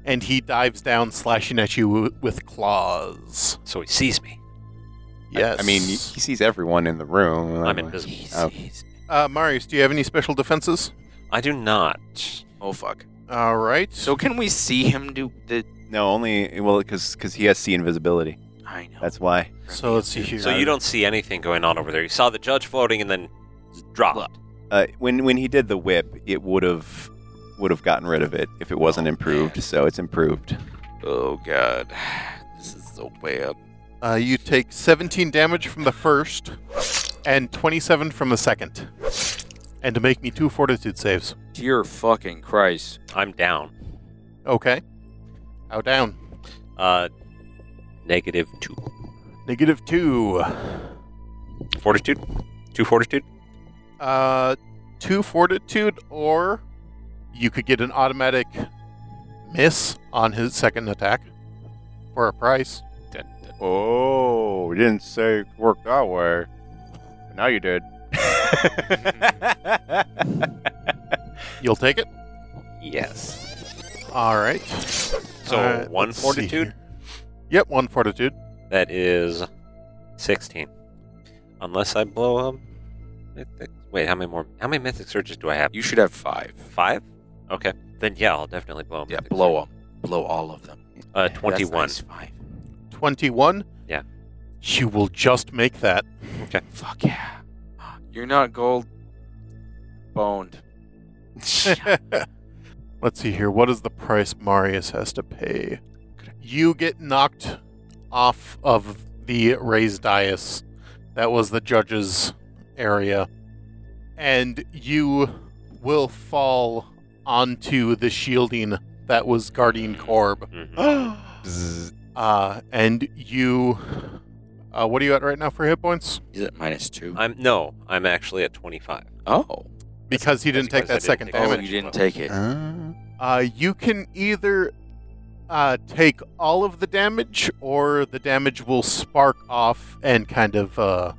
Speaker 1: and he dives down, slashing at you w- with claws.
Speaker 4: So he sees
Speaker 7: I-
Speaker 4: me.
Speaker 1: Yes.
Speaker 7: I, mean, he he sees everyone in the room.
Speaker 4: I'm invisible.
Speaker 7: Oh.
Speaker 1: uh, Marius, do you have any special defenses?
Speaker 4: I do not.
Speaker 6: Oh fuck.
Speaker 1: All right.
Speaker 6: So can we see him do the?
Speaker 7: No, only well, because he has sea invisibility.
Speaker 6: I know.
Speaker 7: That's why.
Speaker 1: So let's see here.
Speaker 4: So you don't see anything going on over there. You saw the judge floating and then dropped.
Speaker 7: Uh, when when he did the whip, it would have would have gotten rid of it if it wasn't improved. So it's improved.
Speaker 6: Oh god, this is so bad.
Speaker 1: Uh, you take 17 damage from the first, and 27 from the second, and to make me two fortitude saves.
Speaker 9: Dear fucking Christ.
Speaker 4: I'm down.
Speaker 1: Okay. How down?
Speaker 4: Uh, negative two.
Speaker 1: Negative two.
Speaker 4: Fortitude? Two fortitude?
Speaker 1: Uh, two fortitude, or you could get an automatic miss on his second attack for a price.
Speaker 7: Oh, you didn't say work that way. Now you did.
Speaker 1: You'll take it.
Speaker 4: Yes.
Speaker 1: All right.
Speaker 4: So
Speaker 1: All right,
Speaker 4: one
Speaker 1: let's see
Speaker 4: fortitude?
Speaker 1: here. Yep, one fortitude.
Speaker 4: That is 16. Unless I blow a mythic. Wait, how many more? How many mythic surges do I have?
Speaker 9: You should have five.
Speaker 4: Five? Okay. Then yeah, I'll definitely blow a
Speaker 6: Yeah,
Speaker 4: mythic
Speaker 6: blow them, blow all of them.
Speaker 4: surge. Uh, 21.
Speaker 6: That's nice. Five.
Speaker 1: Twenty-one.
Speaker 4: Yeah.
Speaker 1: You will just make that.
Speaker 6: Fuck yeah.
Speaker 9: You're not gold boned.
Speaker 1: Let's see here. What is the price Marius has to pay? You get knocked off of the raised dais. That was the judge's area. And you will fall onto the shielding that was guarding Korb.
Speaker 4: Mhm.
Speaker 3: Bzzz.
Speaker 1: Uh, and you. Uh, what are you at right now for hit points?
Speaker 6: Is it minus two?
Speaker 4: I'm no, I'm actually at 25.
Speaker 6: Oh,
Speaker 1: Because he
Speaker 4: that's
Speaker 1: didn't take that
Speaker 4: because I didn't
Speaker 1: second
Speaker 4: take- Oh,
Speaker 1: damage.
Speaker 6: you didn't take it.
Speaker 1: Uh, you can either uh, take all of the damage, or the damage will spark off and kind of uh,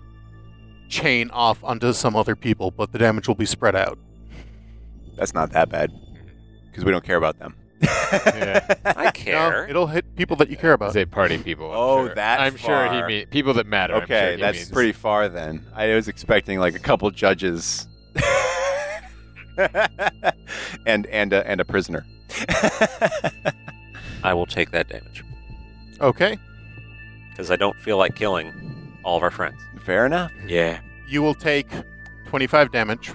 Speaker 1: chain off onto some other people, but the damage will be spread out.
Speaker 7: That's not that bad because we don't care about them.
Speaker 4: I
Speaker 1: No,
Speaker 4: care.
Speaker 1: it'll hit people that you care about.
Speaker 3: Say party people. I'm
Speaker 7: Oh,
Speaker 3: sure.
Speaker 7: that
Speaker 3: I'm sure
Speaker 7: far.
Speaker 3: he mean people that matter. I'm sure
Speaker 7: okay,
Speaker 3: he
Speaker 7: that's
Speaker 3: means.
Speaker 7: pretty far then. I was expecting like a couple judges, and and a, and a prisoner.
Speaker 4: I will take that damage
Speaker 1: Okay.
Speaker 4: because I don't feel like killing all of our friends.
Speaker 7: Fair enough.
Speaker 9: Yeah.
Speaker 1: You will take 25 damage.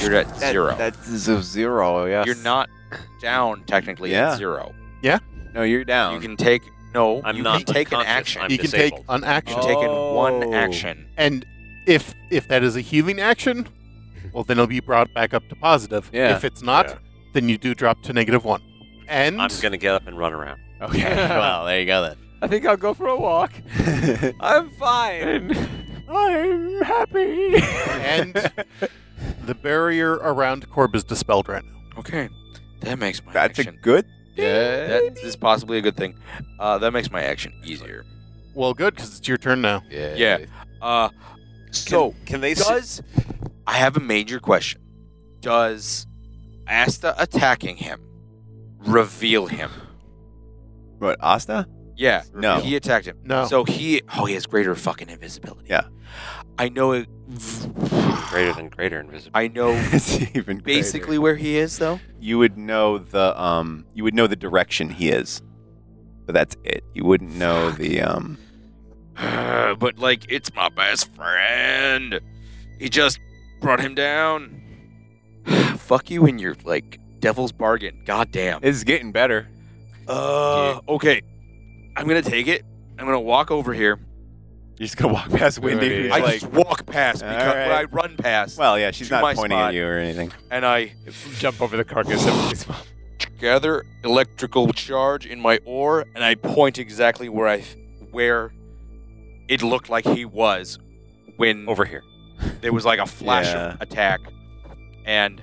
Speaker 9: You're at zero.
Speaker 7: That's a zero. Yes.
Speaker 9: You're not down technically
Speaker 7: Yeah.
Speaker 9: at zero.
Speaker 7: No, you're down.
Speaker 9: You can take no.
Speaker 4: I'm
Speaker 9: you
Speaker 4: not
Speaker 9: can take an
Speaker 4: unconscious,
Speaker 9: action.
Speaker 4: I'm
Speaker 1: you can take
Speaker 4: disabled.
Speaker 1: an action.
Speaker 9: You can take
Speaker 7: Oh.
Speaker 9: in one action.
Speaker 1: And if if that is a healing action, well, then it'll be brought back up to positive.
Speaker 7: Yeah.
Speaker 1: If it's not,
Speaker 4: Yeah.
Speaker 1: then you do drop to negative one. And
Speaker 4: I'm gonna get up and run around.
Speaker 7: Okay. well, there you go then.
Speaker 10: I think I'll go for a walk.
Speaker 7: I'm
Speaker 10: I'm fine.
Speaker 7: happy.
Speaker 1: and the barrier around Corb is dispelled right now.
Speaker 9: Okay.
Speaker 6: That makes my
Speaker 7: That's a
Speaker 6: action.
Speaker 7: good.
Speaker 3: Yeah.
Speaker 9: That is possibly a good thing.
Speaker 6: Uh, that makes my action easier.
Speaker 1: Well, good, because it's your turn now.
Speaker 3: Yeah.
Speaker 9: Yeah.
Speaker 6: Uh, so
Speaker 4: Can they? See-
Speaker 6: does I have a major question? Does Asta attacking him reveal him?
Speaker 7: What, Asta?
Speaker 6: Yeah,
Speaker 7: No.
Speaker 6: he attacked him.
Speaker 1: No.
Speaker 6: So he oh he has greater fucking invisibility.
Speaker 7: Yeah.
Speaker 6: I know it.
Speaker 4: greater than greater invisibility.
Speaker 6: I know
Speaker 7: it's even greater.
Speaker 6: basically where he is though.
Speaker 7: you would know the um you would know the direction he is, but that's it. You wouldn't know the um.
Speaker 6: but like it's my best friend. He just brought him down. Fuck you and your like devil's bargain. Goddamn.
Speaker 7: It's getting better.
Speaker 6: Uh, okay. I'm gonna take it. I'm gonna walk over here.
Speaker 7: You're just gonna walk past Wendy.
Speaker 3: Alright.
Speaker 7: who's
Speaker 6: I
Speaker 7: like,
Speaker 6: just walk past
Speaker 7: All
Speaker 6: because
Speaker 7: right.
Speaker 6: but I run past
Speaker 7: well, yeah, she's
Speaker 6: to my
Speaker 7: not pointing
Speaker 6: spot.
Speaker 7: at you or anything.
Speaker 6: and I
Speaker 3: Jump over the carcass of his mom.
Speaker 6: gather electrical charge in my ore and I point exactly where I
Speaker 11: where it looked like he was when
Speaker 4: Over here.
Speaker 11: there was like a flash
Speaker 7: Yeah.
Speaker 11: of attack. And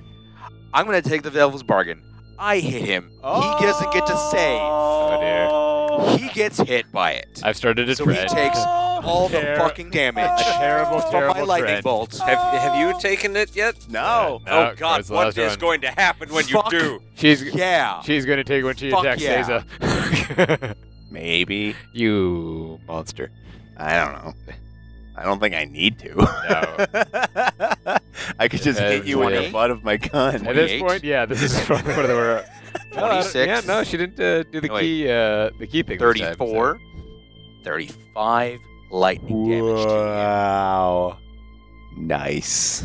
Speaker 11: I'm going to take the devil's bargain. I hit him. He doesn't get to save.
Speaker 3: Oh.
Speaker 11: He gets hit by it.
Speaker 3: I've started to
Speaker 11: So he
Speaker 3: tread.
Speaker 11: takes all the
Speaker 3: Ter-
Speaker 11: fucking damage
Speaker 3: Oh, a terrible,
Speaker 11: from
Speaker 3: terrible
Speaker 11: my lightning
Speaker 3: trend.
Speaker 11: bolts. Oh.
Speaker 4: Have, have you taken it yet?
Speaker 7: No.
Speaker 3: No,
Speaker 4: oh God!
Speaker 3: it's the
Speaker 4: What
Speaker 3: last
Speaker 4: is
Speaker 3: one.
Speaker 4: going to happen when
Speaker 11: Fuck.
Speaker 4: you do?
Speaker 3: She's
Speaker 11: Yeah.
Speaker 3: she's gonna take when she
Speaker 11: Fuck
Speaker 3: attacks
Speaker 11: yeah.
Speaker 3: Seiza.
Speaker 7: Maybe.
Speaker 3: you monster.
Speaker 7: I don't know. I don't think I need to.
Speaker 3: No.
Speaker 7: Oh. I could just hit you with the butt of my gun.
Speaker 3: At this
Speaker 11: 28?
Speaker 3: point, yeah, this is probably one of the. wor- No, uh, I don't-
Speaker 11: 26.
Speaker 3: Yeah, no, she didn't uh, do the
Speaker 11: Wait.
Speaker 3: key. Uh, the key thing. this time, so-
Speaker 11: 34, 35 lightning damage to
Speaker 7: Wow. Nice.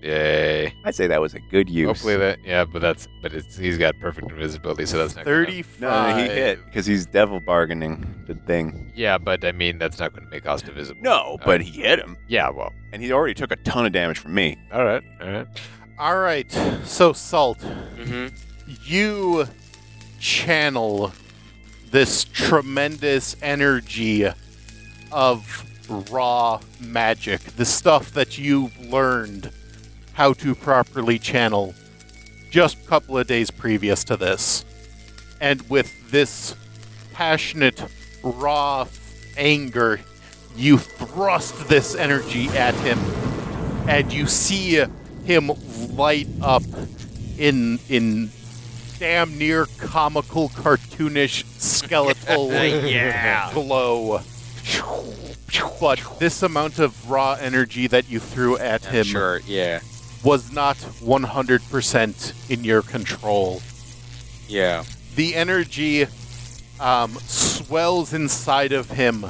Speaker 3: Yay.
Speaker 7: I'd say that was a good use.
Speaker 3: Hopefully that. Yeah, but that's. But it's. He's got perfect invisibility, so that's not. gonna-
Speaker 1: Thirty-five.
Speaker 7: no, he hit because he's devil bargaining the thing.
Speaker 3: Yeah, but I mean that's not going to make Asta visible.
Speaker 7: No, but he hit him,
Speaker 3: Yeah. Well.
Speaker 7: and he already took a ton of damage from me.
Speaker 3: All right. All right.
Speaker 1: All right. So salt,
Speaker 11: Mm-hmm.
Speaker 1: you channel this tremendous energy of raw magic, the stuff that you learned how to properly channel just a couple of days previous to this. And with this passionate, raw anger, you thrust this energy at him, and you see him light up in in damn near comical, cartoonish, skeletal glow. But this amount of raw energy that you threw at him
Speaker 11: Sure, yeah.
Speaker 1: was not 100% in your control.
Speaker 11: Yeah.
Speaker 1: The energy um, swells inside of him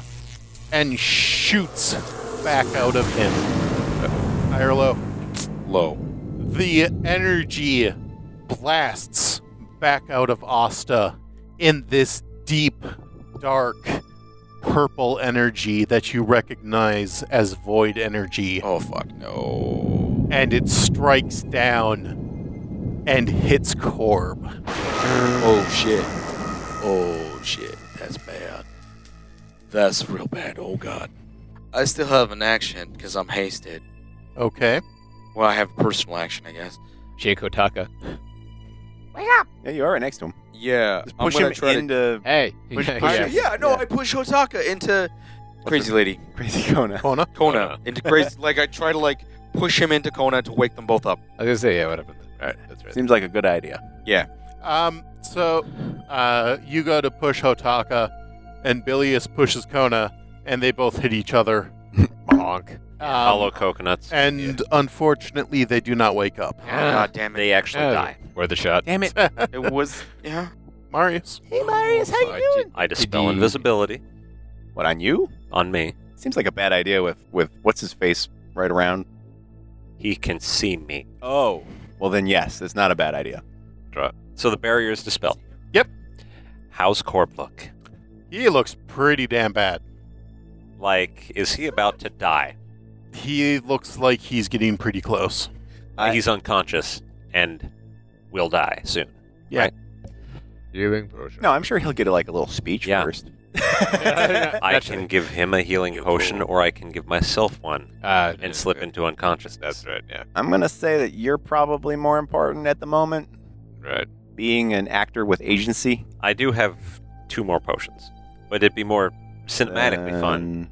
Speaker 1: and shoots back out of him. Irlo
Speaker 11: Low.
Speaker 1: the energy blasts back out of Asta in this deep, dark, purple energy that you recognize as void energy,
Speaker 11: Oh, fuck, no.
Speaker 1: and it strikes down and hits Korb.
Speaker 11: Oh, shit. Oh, shit. That's bad. That's real bad. Oh, God.
Speaker 6: I still have an action because I'm hasted.
Speaker 1: Okay.
Speaker 6: Well, I have personal action, I guess.
Speaker 3: Jake Otaka.
Speaker 7: Yeah, you are right next to him.
Speaker 11: Yeah.
Speaker 7: Just
Speaker 11: I'm
Speaker 7: push
Speaker 11: gonna
Speaker 7: him
Speaker 11: try to-
Speaker 7: into
Speaker 3: Hey.
Speaker 11: Yeah.
Speaker 6: Yeah, no, I push Hotaka into Crazy Lady
Speaker 7: crazy Kona.
Speaker 1: Kona?
Speaker 11: Uh-huh.
Speaker 6: Kona into Crazy. like I try to like push him into Kona to wake them both up.
Speaker 3: I was gonna say yeah. What happened? All right. That's right.
Speaker 7: Seems like a good idea.
Speaker 1: Um, so uh, you go to push Hotaka, and Bilius pushes Kona, and they both hit each other.
Speaker 3: Bonk.
Speaker 1: Um,
Speaker 4: Hollow coconuts.
Speaker 1: and unfortunately, they do not wake up.
Speaker 6: God damn it!
Speaker 4: They actually
Speaker 3: Oh,
Speaker 4: die.
Speaker 3: Worth a shot.
Speaker 7: Damn it.
Speaker 6: It was yeah.
Speaker 1: Marius.
Speaker 7: Hey, Marius, how you doing?
Speaker 4: I dispel
Speaker 3: Did he-
Speaker 4: invisibility
Speaker 7: What on you?
Speaker 4: on me.
Speaker 7: Seems like a bad idea with with what's his face right around.
Speaker 4: He can see me.
Speaker 7: Oh. Well then, yes, it's not a bad idea.
Speaker 4: Draw. So the barrier is dispelled.
Speaker 1: Yep.
Speaker 4: How's Corp look?
Speaker 1: He looks pretty damn bad.
Speaker 4: Like, is he about to die?
Speaker 1: He looks like he's getting pretty close.
Speaker 7: I-
Speaker 4: He's unconscious and will die soon.
Speaker 3: Healing potion.
Speaker 7: No, I'm sure he'll get like a little speech
Speaker 4: Yeah.
Speaker 7: first.
Speaker 4: I can give him a healing potion, or I can give myself one
Speaker 3: Uh,
Speaker 4: and slip into unconsciousness.
Speaker 3: That's right. Yeah.
Speaker 7: I'm gonna say that you're probably more important at the moment,
Speaker 3: Right.
Speaker 7: being an actor with agency.
Speaker 4: I do have two more potions, but it'd be more cinematically fun.
Speaker 7: than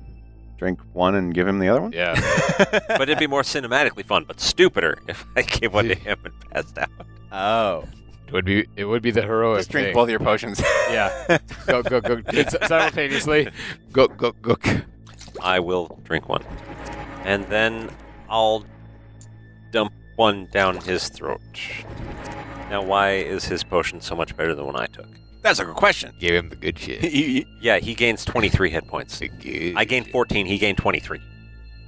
Speaker 7: Drink one and give him the other one.
Speaker 3: Yeah.
Speaker 4: But it'd be more cinematically fun, but stupider if I gave one to him and passed out.
Speaker 7: Oh,
Speaker 3: It would be. It would be the heroic
Speaker 7: just drink
Speaker 3: thing.
Speaker 7: both your potions.
Speaker 3: Yeah. Go go go. It's simultaneously. Go go go.
Speaker 4: I will drink one. And then I'll dump one down his throat. Now, why is his potion so much better than one I took?
Speaker 11: That's a good question.
Speaker 3: Gave him the good shit.
Speaker 4: Yeah, he gains 23 hit points.
Speaker 3: The good
Speaker 4: I gained
Speaker 3: shit.
Speaker 4: 14, he gained 23.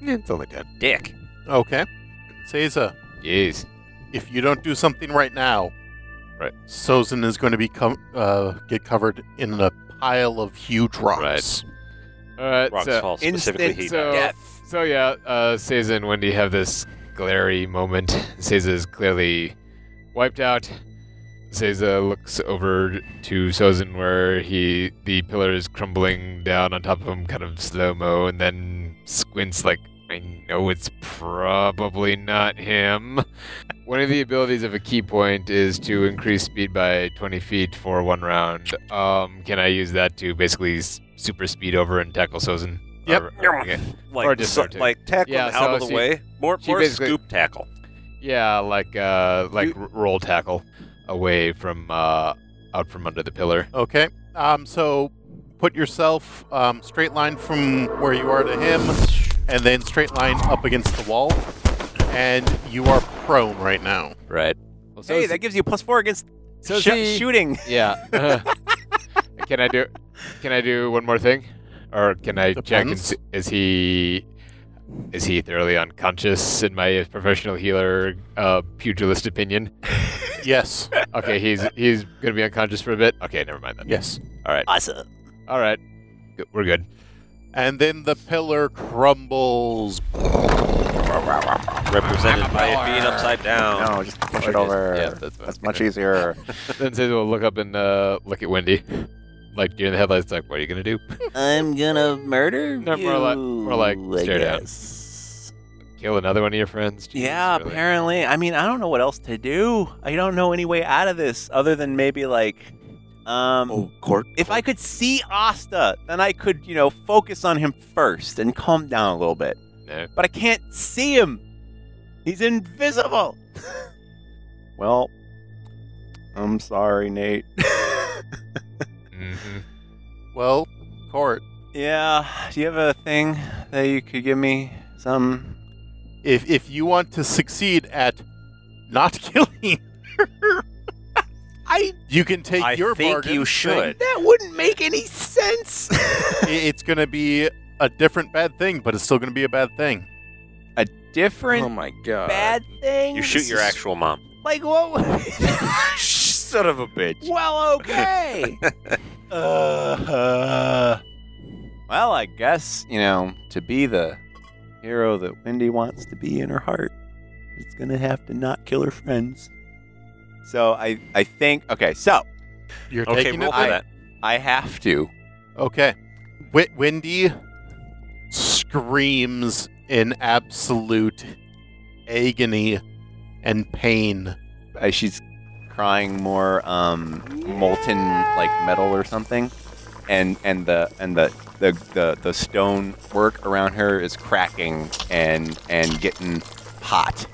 Speaker 3: Yeah, it's only ten.
Speaker 4: Dick.
Speaker 1: Okay. Seiza,
Speaker 3: Jeez.
Speaker 1: if you don't do something right now,
Speaker 3: Right.
Speaker 1: Sozin is going to be com- uh, get covered in a pile of huge rocks.
Speaker 3: All right.
Speaker 4: Rocks
Speaker 3: so,
Speaker 4: fall specifically. He
Speaker 3: so, So yeah, uh, Seiza and Wendy have this glary moment. Seiza is clearly wiped out. Seiza looks over to Sozin where he the pillar is crumbling down on top of him kind of slow mo and then squints like I know it's probably not him. One of the abilities of a key point is to increase speed by 20 feet for one round. Um, can I use that to basically s- super speed over and tackle Sozin?
Speaker 1: Yep.
Speaker 3: Or- or- okay. Or
Speaker 4: Like,
Speaker 3: just
Speaker 4: so-
Speaker 3: sort of-
Speaker 4: like tackle
Speaker 3: Yeah,
Speaker 4: him out
Speaker 3: so
Speaker 4: of the
Speaker 3: she-
Speaker 4: way. More,
Speaker 3: she
Speaker 4: more
Speaker 3: basically-
Speaker 4: scoop tackle.
Speaker 3: Yeah, like uh, like r- roll tackle away from uh, out from under the pillar.
Speaker 1: Okay. Um, so put yourself um, straight line from where you are to him, and then straight line up against the wall. And you are prone right now.
Speaker 3: Right. Well,
Speaker 7: hey, that gives you plus four against
Speaker 3: so
Speaker 7: sho-
Speaker 3: she-
Speaker 7: shooting.
Speaker 3: Yeah. can I do? Can I do one more thing, or can I check? And
Speaker 1: Depends.
Speaker 3: see, is he is he thoroughly unconscious? In my professional healer uh, pugilist opinion,
Speaker 1: Yes.
Speaker 3: okay, he's he's gonna be unconscious for a bit. Okay, never mind then.
Speaker 1: yes.
Speaker 3: All right.
Speaker 7: Awesome.
Speaker 3: All right. Good. We're good.
Speaker 1: And then the pillar crumbles.
Speaker 4: Represented by it being upside down.
Speaker 2: No, just push
Speaker 3: Or
Speaker 2: it
Speaker 3: just-
Speaker 2: over.
Speaker 3: yeah, that's fine.
Speaker 2: That's much easier.
Speaker 3: Then says we'll look up and uh, look at Wendy. Like during the headlights, like, what are you gonna do?
Speaker 7: I'm gonna murder
Speaker 3: No, more like- more like you, I stare down. Kill another one of your friends? Jesus,
Speaker 7: Yeah,
Speaker 3: really.
Speaker 7: apparently. I mean, I don't know what else to do. I don't know any way out of this other than maybe like um
Speaker 6: Oh, court.
Speaker 7: if I could see Asta, then I could, you know, focus on him first and calm down a little bit.
Speaker 3: No.
Speaker 7: But I can't see him. He's invisible.
Speaker 2: well, I'm sorry, Nate.
Speaker 3: Mhm.
Speaker 1: Well, court.
Speaker 7: Yeah. Do you have a thing that you could give me? Some
Speaker 1: If if you want to succeed at not killing her,
Speaker 7: I
Speaker 1: you can take
Speaker 4: I
Speaker 1: your
Speaker 4: think
Speaker 1: bargain
Speaker 4: you
Speaker 1: thing.
Speaker 4: should.
Speaker 7: that wouldn't make any sense.
Speaker 1: I- It's gonna be a different bad thing, but it's still gonna be a bad thing.
Speaker 7: Different
Speaker 11: Oh my god.
Speaker 7: bad thing.
Speaker 4: You shoot your actual mom.
Speaker 7: Like what? would-
Speaker 11: Son of a bitch.
Speaker 7: well, okay.
Speaker 5: Uh,
Speaker 7: well, I guess you know to be the hero that Wendy wants to be in her heart, it's gonna have to not kill her friends.
Speaker 5: so I, I think okay. So
Speaker 1: You're
Speaker 4: Okay,
Speaker 1: taking
Speaker 4: roll
Speaker 1: it.
Speaker 4: for that.
Speaker 5: I have to.
Speaker 1: Okay. Wi Wendy screams in absolute agony and pain.
Speaker 5: Uh, she's crying more um, molten like metal or something, and and the and the, the the the stone work around her is cracking and and getting hot.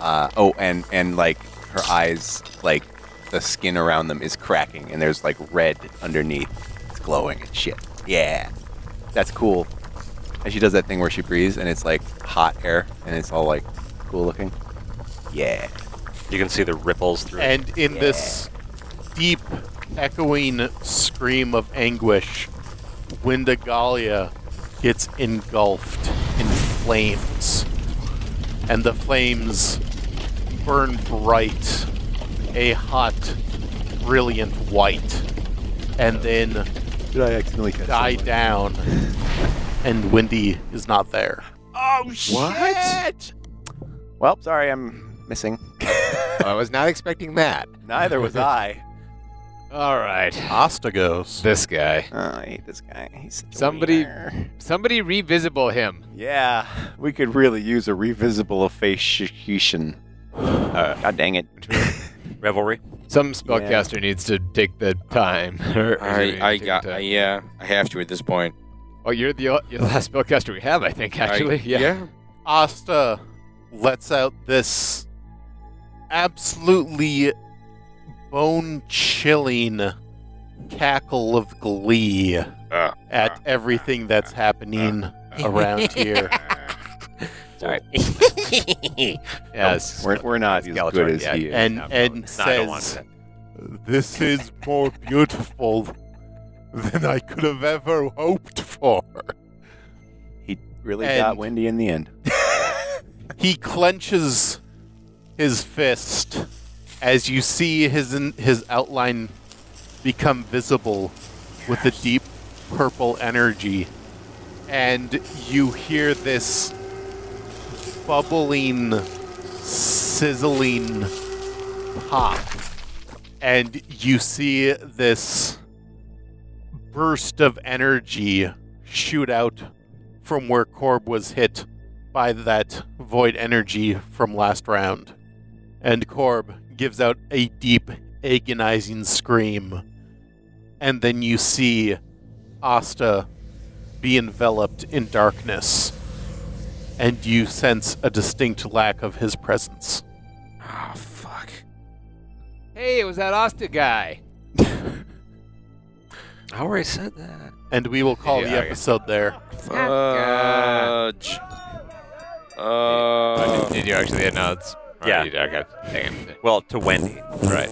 Speaker 5: Uh, oh, and and like her eyes, like the skin around them is cracking, and there's like red underneath. It's glowing and shit. Yeah, that's cool. And she does that thing where she breathes, and it's like hot air, and it's all like cool looking. Yeah.
Speaker 4: You can see the ripples through. it.
Speaker 1: And in this deep, echoing scream of anguish, Windigalia gets engulfed in flames. And the flames burn bright, a hot, brilliant white. And then
Speaker 2: Did I accidentally catch
Speaker 1: die down, and Wendy is not there.
Speaker 7: What?
Speaker 2: Well, sorry, I'm missing.
Speaker 3: I was not expecting that.
Speaker 2: Neither was I.
Speaker 3: All right.
Speaker 1: Asta goes.
Speaker 3: This guy.
Speaker 2: Oh, I hate this guy. He's such a
Speaker 3: Somebody-
Speaker 2: wiener.
Speaker 3: Somebody revisible him.
Speaker 2: Yeah, we could really use a revisible officiation. Uh, God dang it.
Speaker 4: Revelry.
Speaker 3: Some spellcaster needs to take the time. or- or
Speaker 11: I,
Speaker 3: take
Speaker 11: I
Speaker 3: the
Speaker 11: got,
Speaker 3: time.
Speaker 6: uh,
Speaker 11: yeah, I have to at this point.
Speaker 3: Oh, you're the o- you're the last spellcaster we have, I think.
Speaker 11: I-
Speaker 3: Actually, yeah.
Speaker 1: Asta lets out this absolutely bone chilling cackle of glee
Speaker 3: Ah,
Speaker 1: at everything that's happening around here.
Speaker 7: Oh,
Speaker 3: Yes.
Speaker 2: We're, we're not as
Speaker 3: Skeletor,
Speaker 2: good as
Speaker 3: yeah.
Speaker 2: he is.
Speaker 1: And,
Speaker 3: no,
Speaker 1: and
Speaker 4: No, I don't want
Speaker 1: says,
Speaker 4: that.
Speaker 1: This is more beautiful than I could have ever hoped for.
Speaker 2: Really
Speaker 1: And-
Speaker 2: got windy in the end.
Speaker 1: he clenches his fist as you see his his outline become visible with a deep purple energy and you hear this bubbling sizzling pop and you see this burst of energy shoot out from where Corb was hit by that void energy from last round. And Corb gives out a deep, agonizing scream. And then you see Asta be enveloped in darkness. And you sense a distinct lack of his presence.
Speaker 11: Oh, fuck.
Speaker 3: Hey, it was that Asta guy.
Speaker 4: I already said that.
Speaker 1: And we will call
Speaker 3: Yeah,
Speaker 1: the
Speaker 3: okay.
Speaker 1: episode there.
Speaker 6: Fudge. Uh,
Speaker 3: Did you actually announce? Or
Speaker 4: Yeah.
Speaker 3: you- okay. Damn.
Speaker 4: Well, to Wendy.
Speaker 3: Right.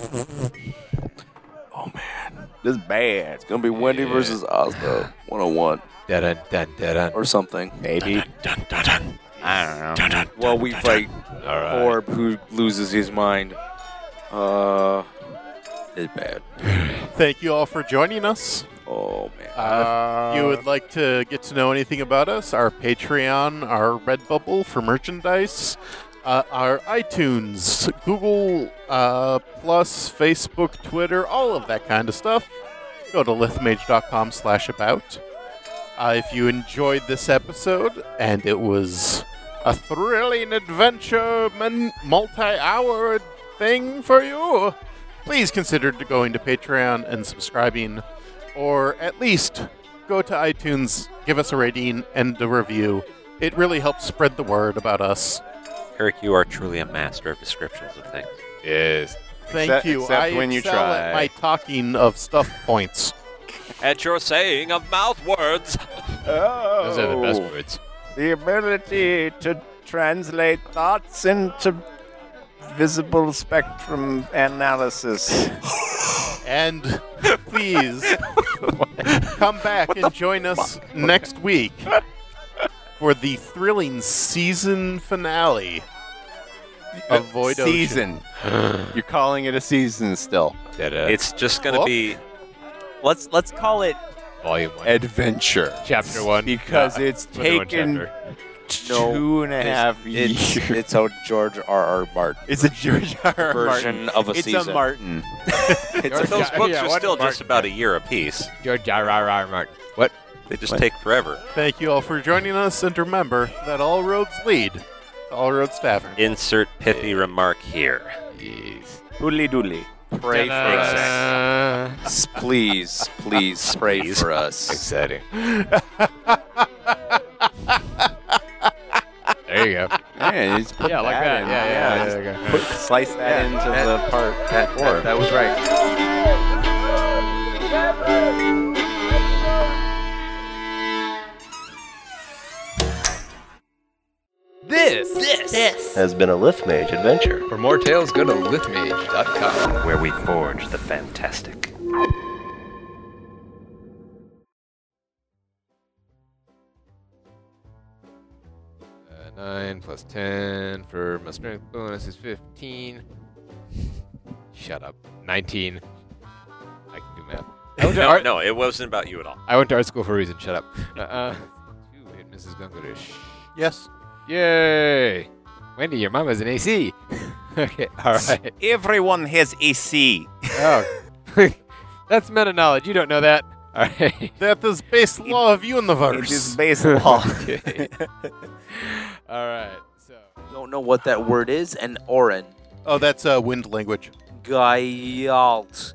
Speaker 6: this is bad. It's gonna be Wendy
Speaker 3: Yeah.
Speaker 6: versus Oslo, 101
Speaker 3: Dun dun dun dun. dun.
Speaker 6: or something.
Speaker 2: Maybe. I don't know.
Speaker 6: While we fight
Speaker 3: All right.
Speaker 6: Orb, who loses his mind. Uh, it's bad.
Speaker 1: Thank you all for joining us.
Speaker 6: Oh man.
Speaker 1: Uh, if you would like to get to know anything about us, our Patreon, our Redbubble for merchandise, uh, our iTunes, Google uh, Plus, Facebook, Twitter, all of that kind of stuff, go to lithmage.com slash about. Uh, if you enjoyed this episode and it was a thrilling adventure, man- multi-hour thing for you, please consider going to Patreon and subscribing or at least go to iTunes, give us a rating and a review. It really helps spread the word about us.
Speaker 4: Eric, you are truly a master of descriptions of things.
Speaker 3: Yes.
Speaker 1: Thank
Speaker 2: Except-
Speaker 1: you.
Speaker 2: except
Speaker 1: I
Speaker 2: when you
Speaker 1: excel at
Speaker 2: try.
Speaker 1: my talking of stuff points.
Speaker 4: At your saying of mouth words.
Speaker 2: Oh,
Speaker 3: Those are the best words.
Speaker 2: the ability to translate thoughts into visible spectrum analysis.
Speaker 1: And please come back and join us next week for the thrilling season finale of Void Ocean.
Speaker 2: season. You're calling it a season still.
Speaker 3: Dun, dun.
Speaker 4: It's just going to
Speaker 1: Well,
Speaker 4: be.
Speaker 2: Let's let's call it
Speaker 3: volume one,
Speaker 2: adventure
Speaker 3: chapter one.
Speaker 2: because
Speaker 3: Uh,
Speaker 2: it's
Speaker 3: more than one
Speaker 2: taken
Speaker 3: chapter.
Speaker 6: No,
Speaker 2: two and a half
Speaker 6: It's,
Speaker 2: years.
Speaker 6: it's a George R. R. Martin
Speaker 2: It's a George R. R.
Speaker 6: version
Speaker 2: Martin.
Speaker 6: of a
Speaker 2: it's
Speaker 6: season.
Speaker 2: a Martin.
Speaker 6: It's
Speaker 4: But
Speaker 6: a-
Speaker 4: those
Speaker 3: yeah,
Speaker 4: books
Speaker 3: yeah,
Speaker 4: are
Speaker 3: what
Speaker 4: still
Speaker 3: Martin-
Speaker 4: just about a year apiece.
Speaker 3: George R. R. R. Martin. What?
Speaker 4: They just take forever.
Speaker 1: Thank you all for joining us, and remember that all roads lead to All Roads Tavern.
Speaker 4: Insert pithy remark here.
Speaker 3: Jeez.
Speaker 2: Doodly doodly.
Speaker 6: pray for us.
Speaker 3: Uh,
Speaker 6: Please, please pray
Speaker 4: Please.
Speaker 6: for us.
Speaker 3: Exciting. there you go.
Speaker 2: Yeah, just put
Speaker 3: Yeah, like that.
Speaker 2: in.
Speaker 3: Yeah, yeah, yeah.
Speaker 2: just
Speaker 3: there you go.
Speaker 2: put- slice that into the part
Speaker 6: That,
Speaker 2: before.
Speaker 6: that, that was right.
Speaker 3: This.
Speaker 12: has been a Lith Mage adventure.
Speaker 3: For more tales, go to lithmage.com.
Speaker 4: Where we forge the fantastic.
Speaker 3: Uh, 9 plus 10 for my strength bonus is 15. Shut up. 19. I can do math. I went, to
Speaker 4: No,
Speaker 3: art,
Speaker 4: no, it wasn't about you at all.
Speaker 3: I went to art school for a reason. Shut up. Uh, uh, two hit misses don't go to sh-
Speaker 1: Yes.
Speaker 3: Yay! Wendy, your mom has an AC. okay, alright.
Speaker 2: Everyone has AC.
Speaker 3: Oh. That's meta knowledge. You don't know that. Alright.
Speaker 1: That is base law of
Speaker 2: It is
Speaker 1: universe.
Speaker 2: baseball.
Speaker 3: Okay. alright. So.
Speaker 6: Don't know what that word is. And Oren.
Speaker 1: oh, that's uh, wind language.
Speaker 6: Giant.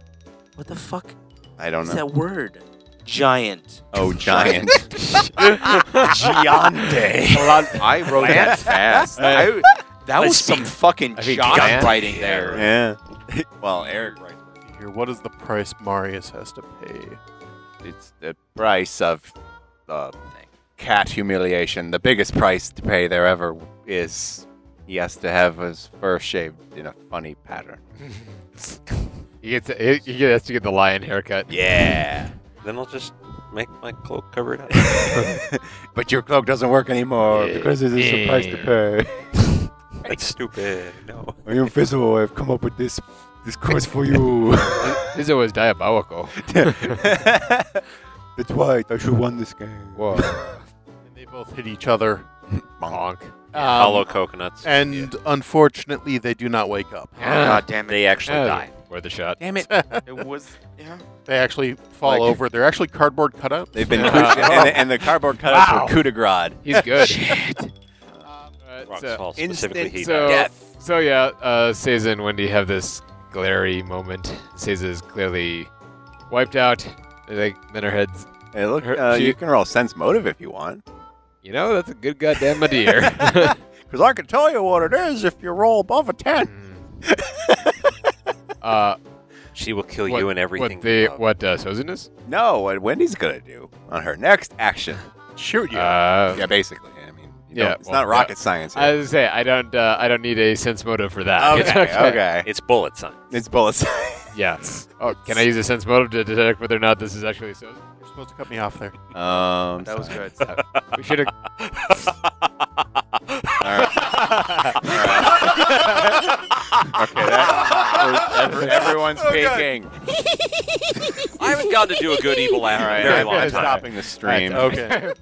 Speaker 6: What the fuck
Speaker 2: I don't
Speaker 6: is
Speaker 2: know.
Speaker 6: that word? Giant.
Speaker 2: Oh, giant.
Speaker 6: Giante. I wrote that fast. I, that was some fucking
Speaker 3: I think
Speaker 6: job
Speaker 3: giant.
Speaker 6: writing there.
Speaker 2: yeah. Well, Eric, right.
Speaker 1: Here, what is the price Marius has to pay?
Speaker 2: it's the price of uh, cat humiliation. The biggest price to pay there ever is he has to have his fur shaved in a funny pattern.
Speaker 3: He gets, he, he gets to get the lion haircut.
Speaker 2: Yeah.
Speaker 4: Then I'll just make my cloak cover it up.
Speaker 2: but your cloak doesn't work anymore
Speaker 3: Yeah.
Speaker 2: because it is a price to
Speaker 3: Yeah.
Speaker 2: pay.
Speaker 4: That's stupid. No.
Speaker 3: Um,
Speaker 2: I am Fizzle. I've come up with this this curse for you.
Speaker 3: Izzo was diabolical.
Speaker 2: That's right. I should won this game.
Speaker 3: Whoa.
Speaker 1: And they both hit each other.
Speaker 3: Bonk.
Speaker 4: Hollow
Speaker 1: Um,
Speaker 4: coconuts.
Speaker 1: and unfortunately, they do not wake up.
Speaker 3: Ah,
Speaker 11: damn
Speaker 4: They actually
Speaker 3: ah,
Speaker 4: die.
Speaker 3: worth a shot.
Speaker 7: Damn it.
Speaker 2: It was. Yeah.
Speaker 1: They actually fall
Speaker 7: Like-
Speaker 1: over. They're actually cardboard cutouts.
Speaker 7: They've been
Speaker 3: Yeah.
Speaker 7: and, and the cardboard cutouts
Speaker 3: Wow.
Speaker 7: were coup de grace.
Speaker 3: He's good. Alright,
Speaker 4: Rocks
Speaker 3: so,
Speaker 4: fall specifically
Speaker 7: instant
Speaker 4: heat.
Speaker 3: so, so yeah, uh, Seiza and Wendy have this glary moment. Seiza is clearly wiped out. Like, then her head's,
Speaker 7: Hey, look,
Speaker 3: Her-
Speaker 7: uh,
Speaker 3: she-
Speaker 7: you can roll sense motive if you want.
Speaker 3: you know, that's a good goddamn idea.
Speaker 7: Because I can tell you what it is if you roll above a 10.
Speaker 3: Hmm. uh,
Speaker 4: she will kill
Speaker 3: what-
Speaker 4: you and everything.
Speaker 3: What the what uh, Sozin is?
Speaker 7: No, what Wendy's going to do on her next action.
Speaker 1: Shoot you.
Speaker 3: Uh,
Speaker 7: Yeah, basically. I mean, you
Speaker 3: Yeah,
Speaker 7: don't- it's
Speaker 3: well,
Speaker 7: not rocket science.
Speaker 3: I
Speaker 7: Here.
Speaker 3: was gonna say I don't uh, I don't need a sense motive for that. It's
Speaker 7: okay, okay.
Speaker 4: It's bullet sign.
Speaker 7: It's bullets.
Speaker 3: Yeah. Oh, can I use a sense motive to detect whether or not this is actually Sozin?
Speaker 1: You're supposed to cut me off there.
Speaker 7: um,
Speaker 2: That was good.
Speaker 3: We should have.
Speaker 7: okay, that, we're- ev- everyone's peeking.
Speaker 4: I haven't gotten to do a good evil laugh
Speaker 7: All
Speaker 4: in
Speaker 7: right,
Speaker 4: a very
Speaker 7: I'm
Speaker 4: long time.
Speaker 7: stopping the stream.
Speaker 1: Okay.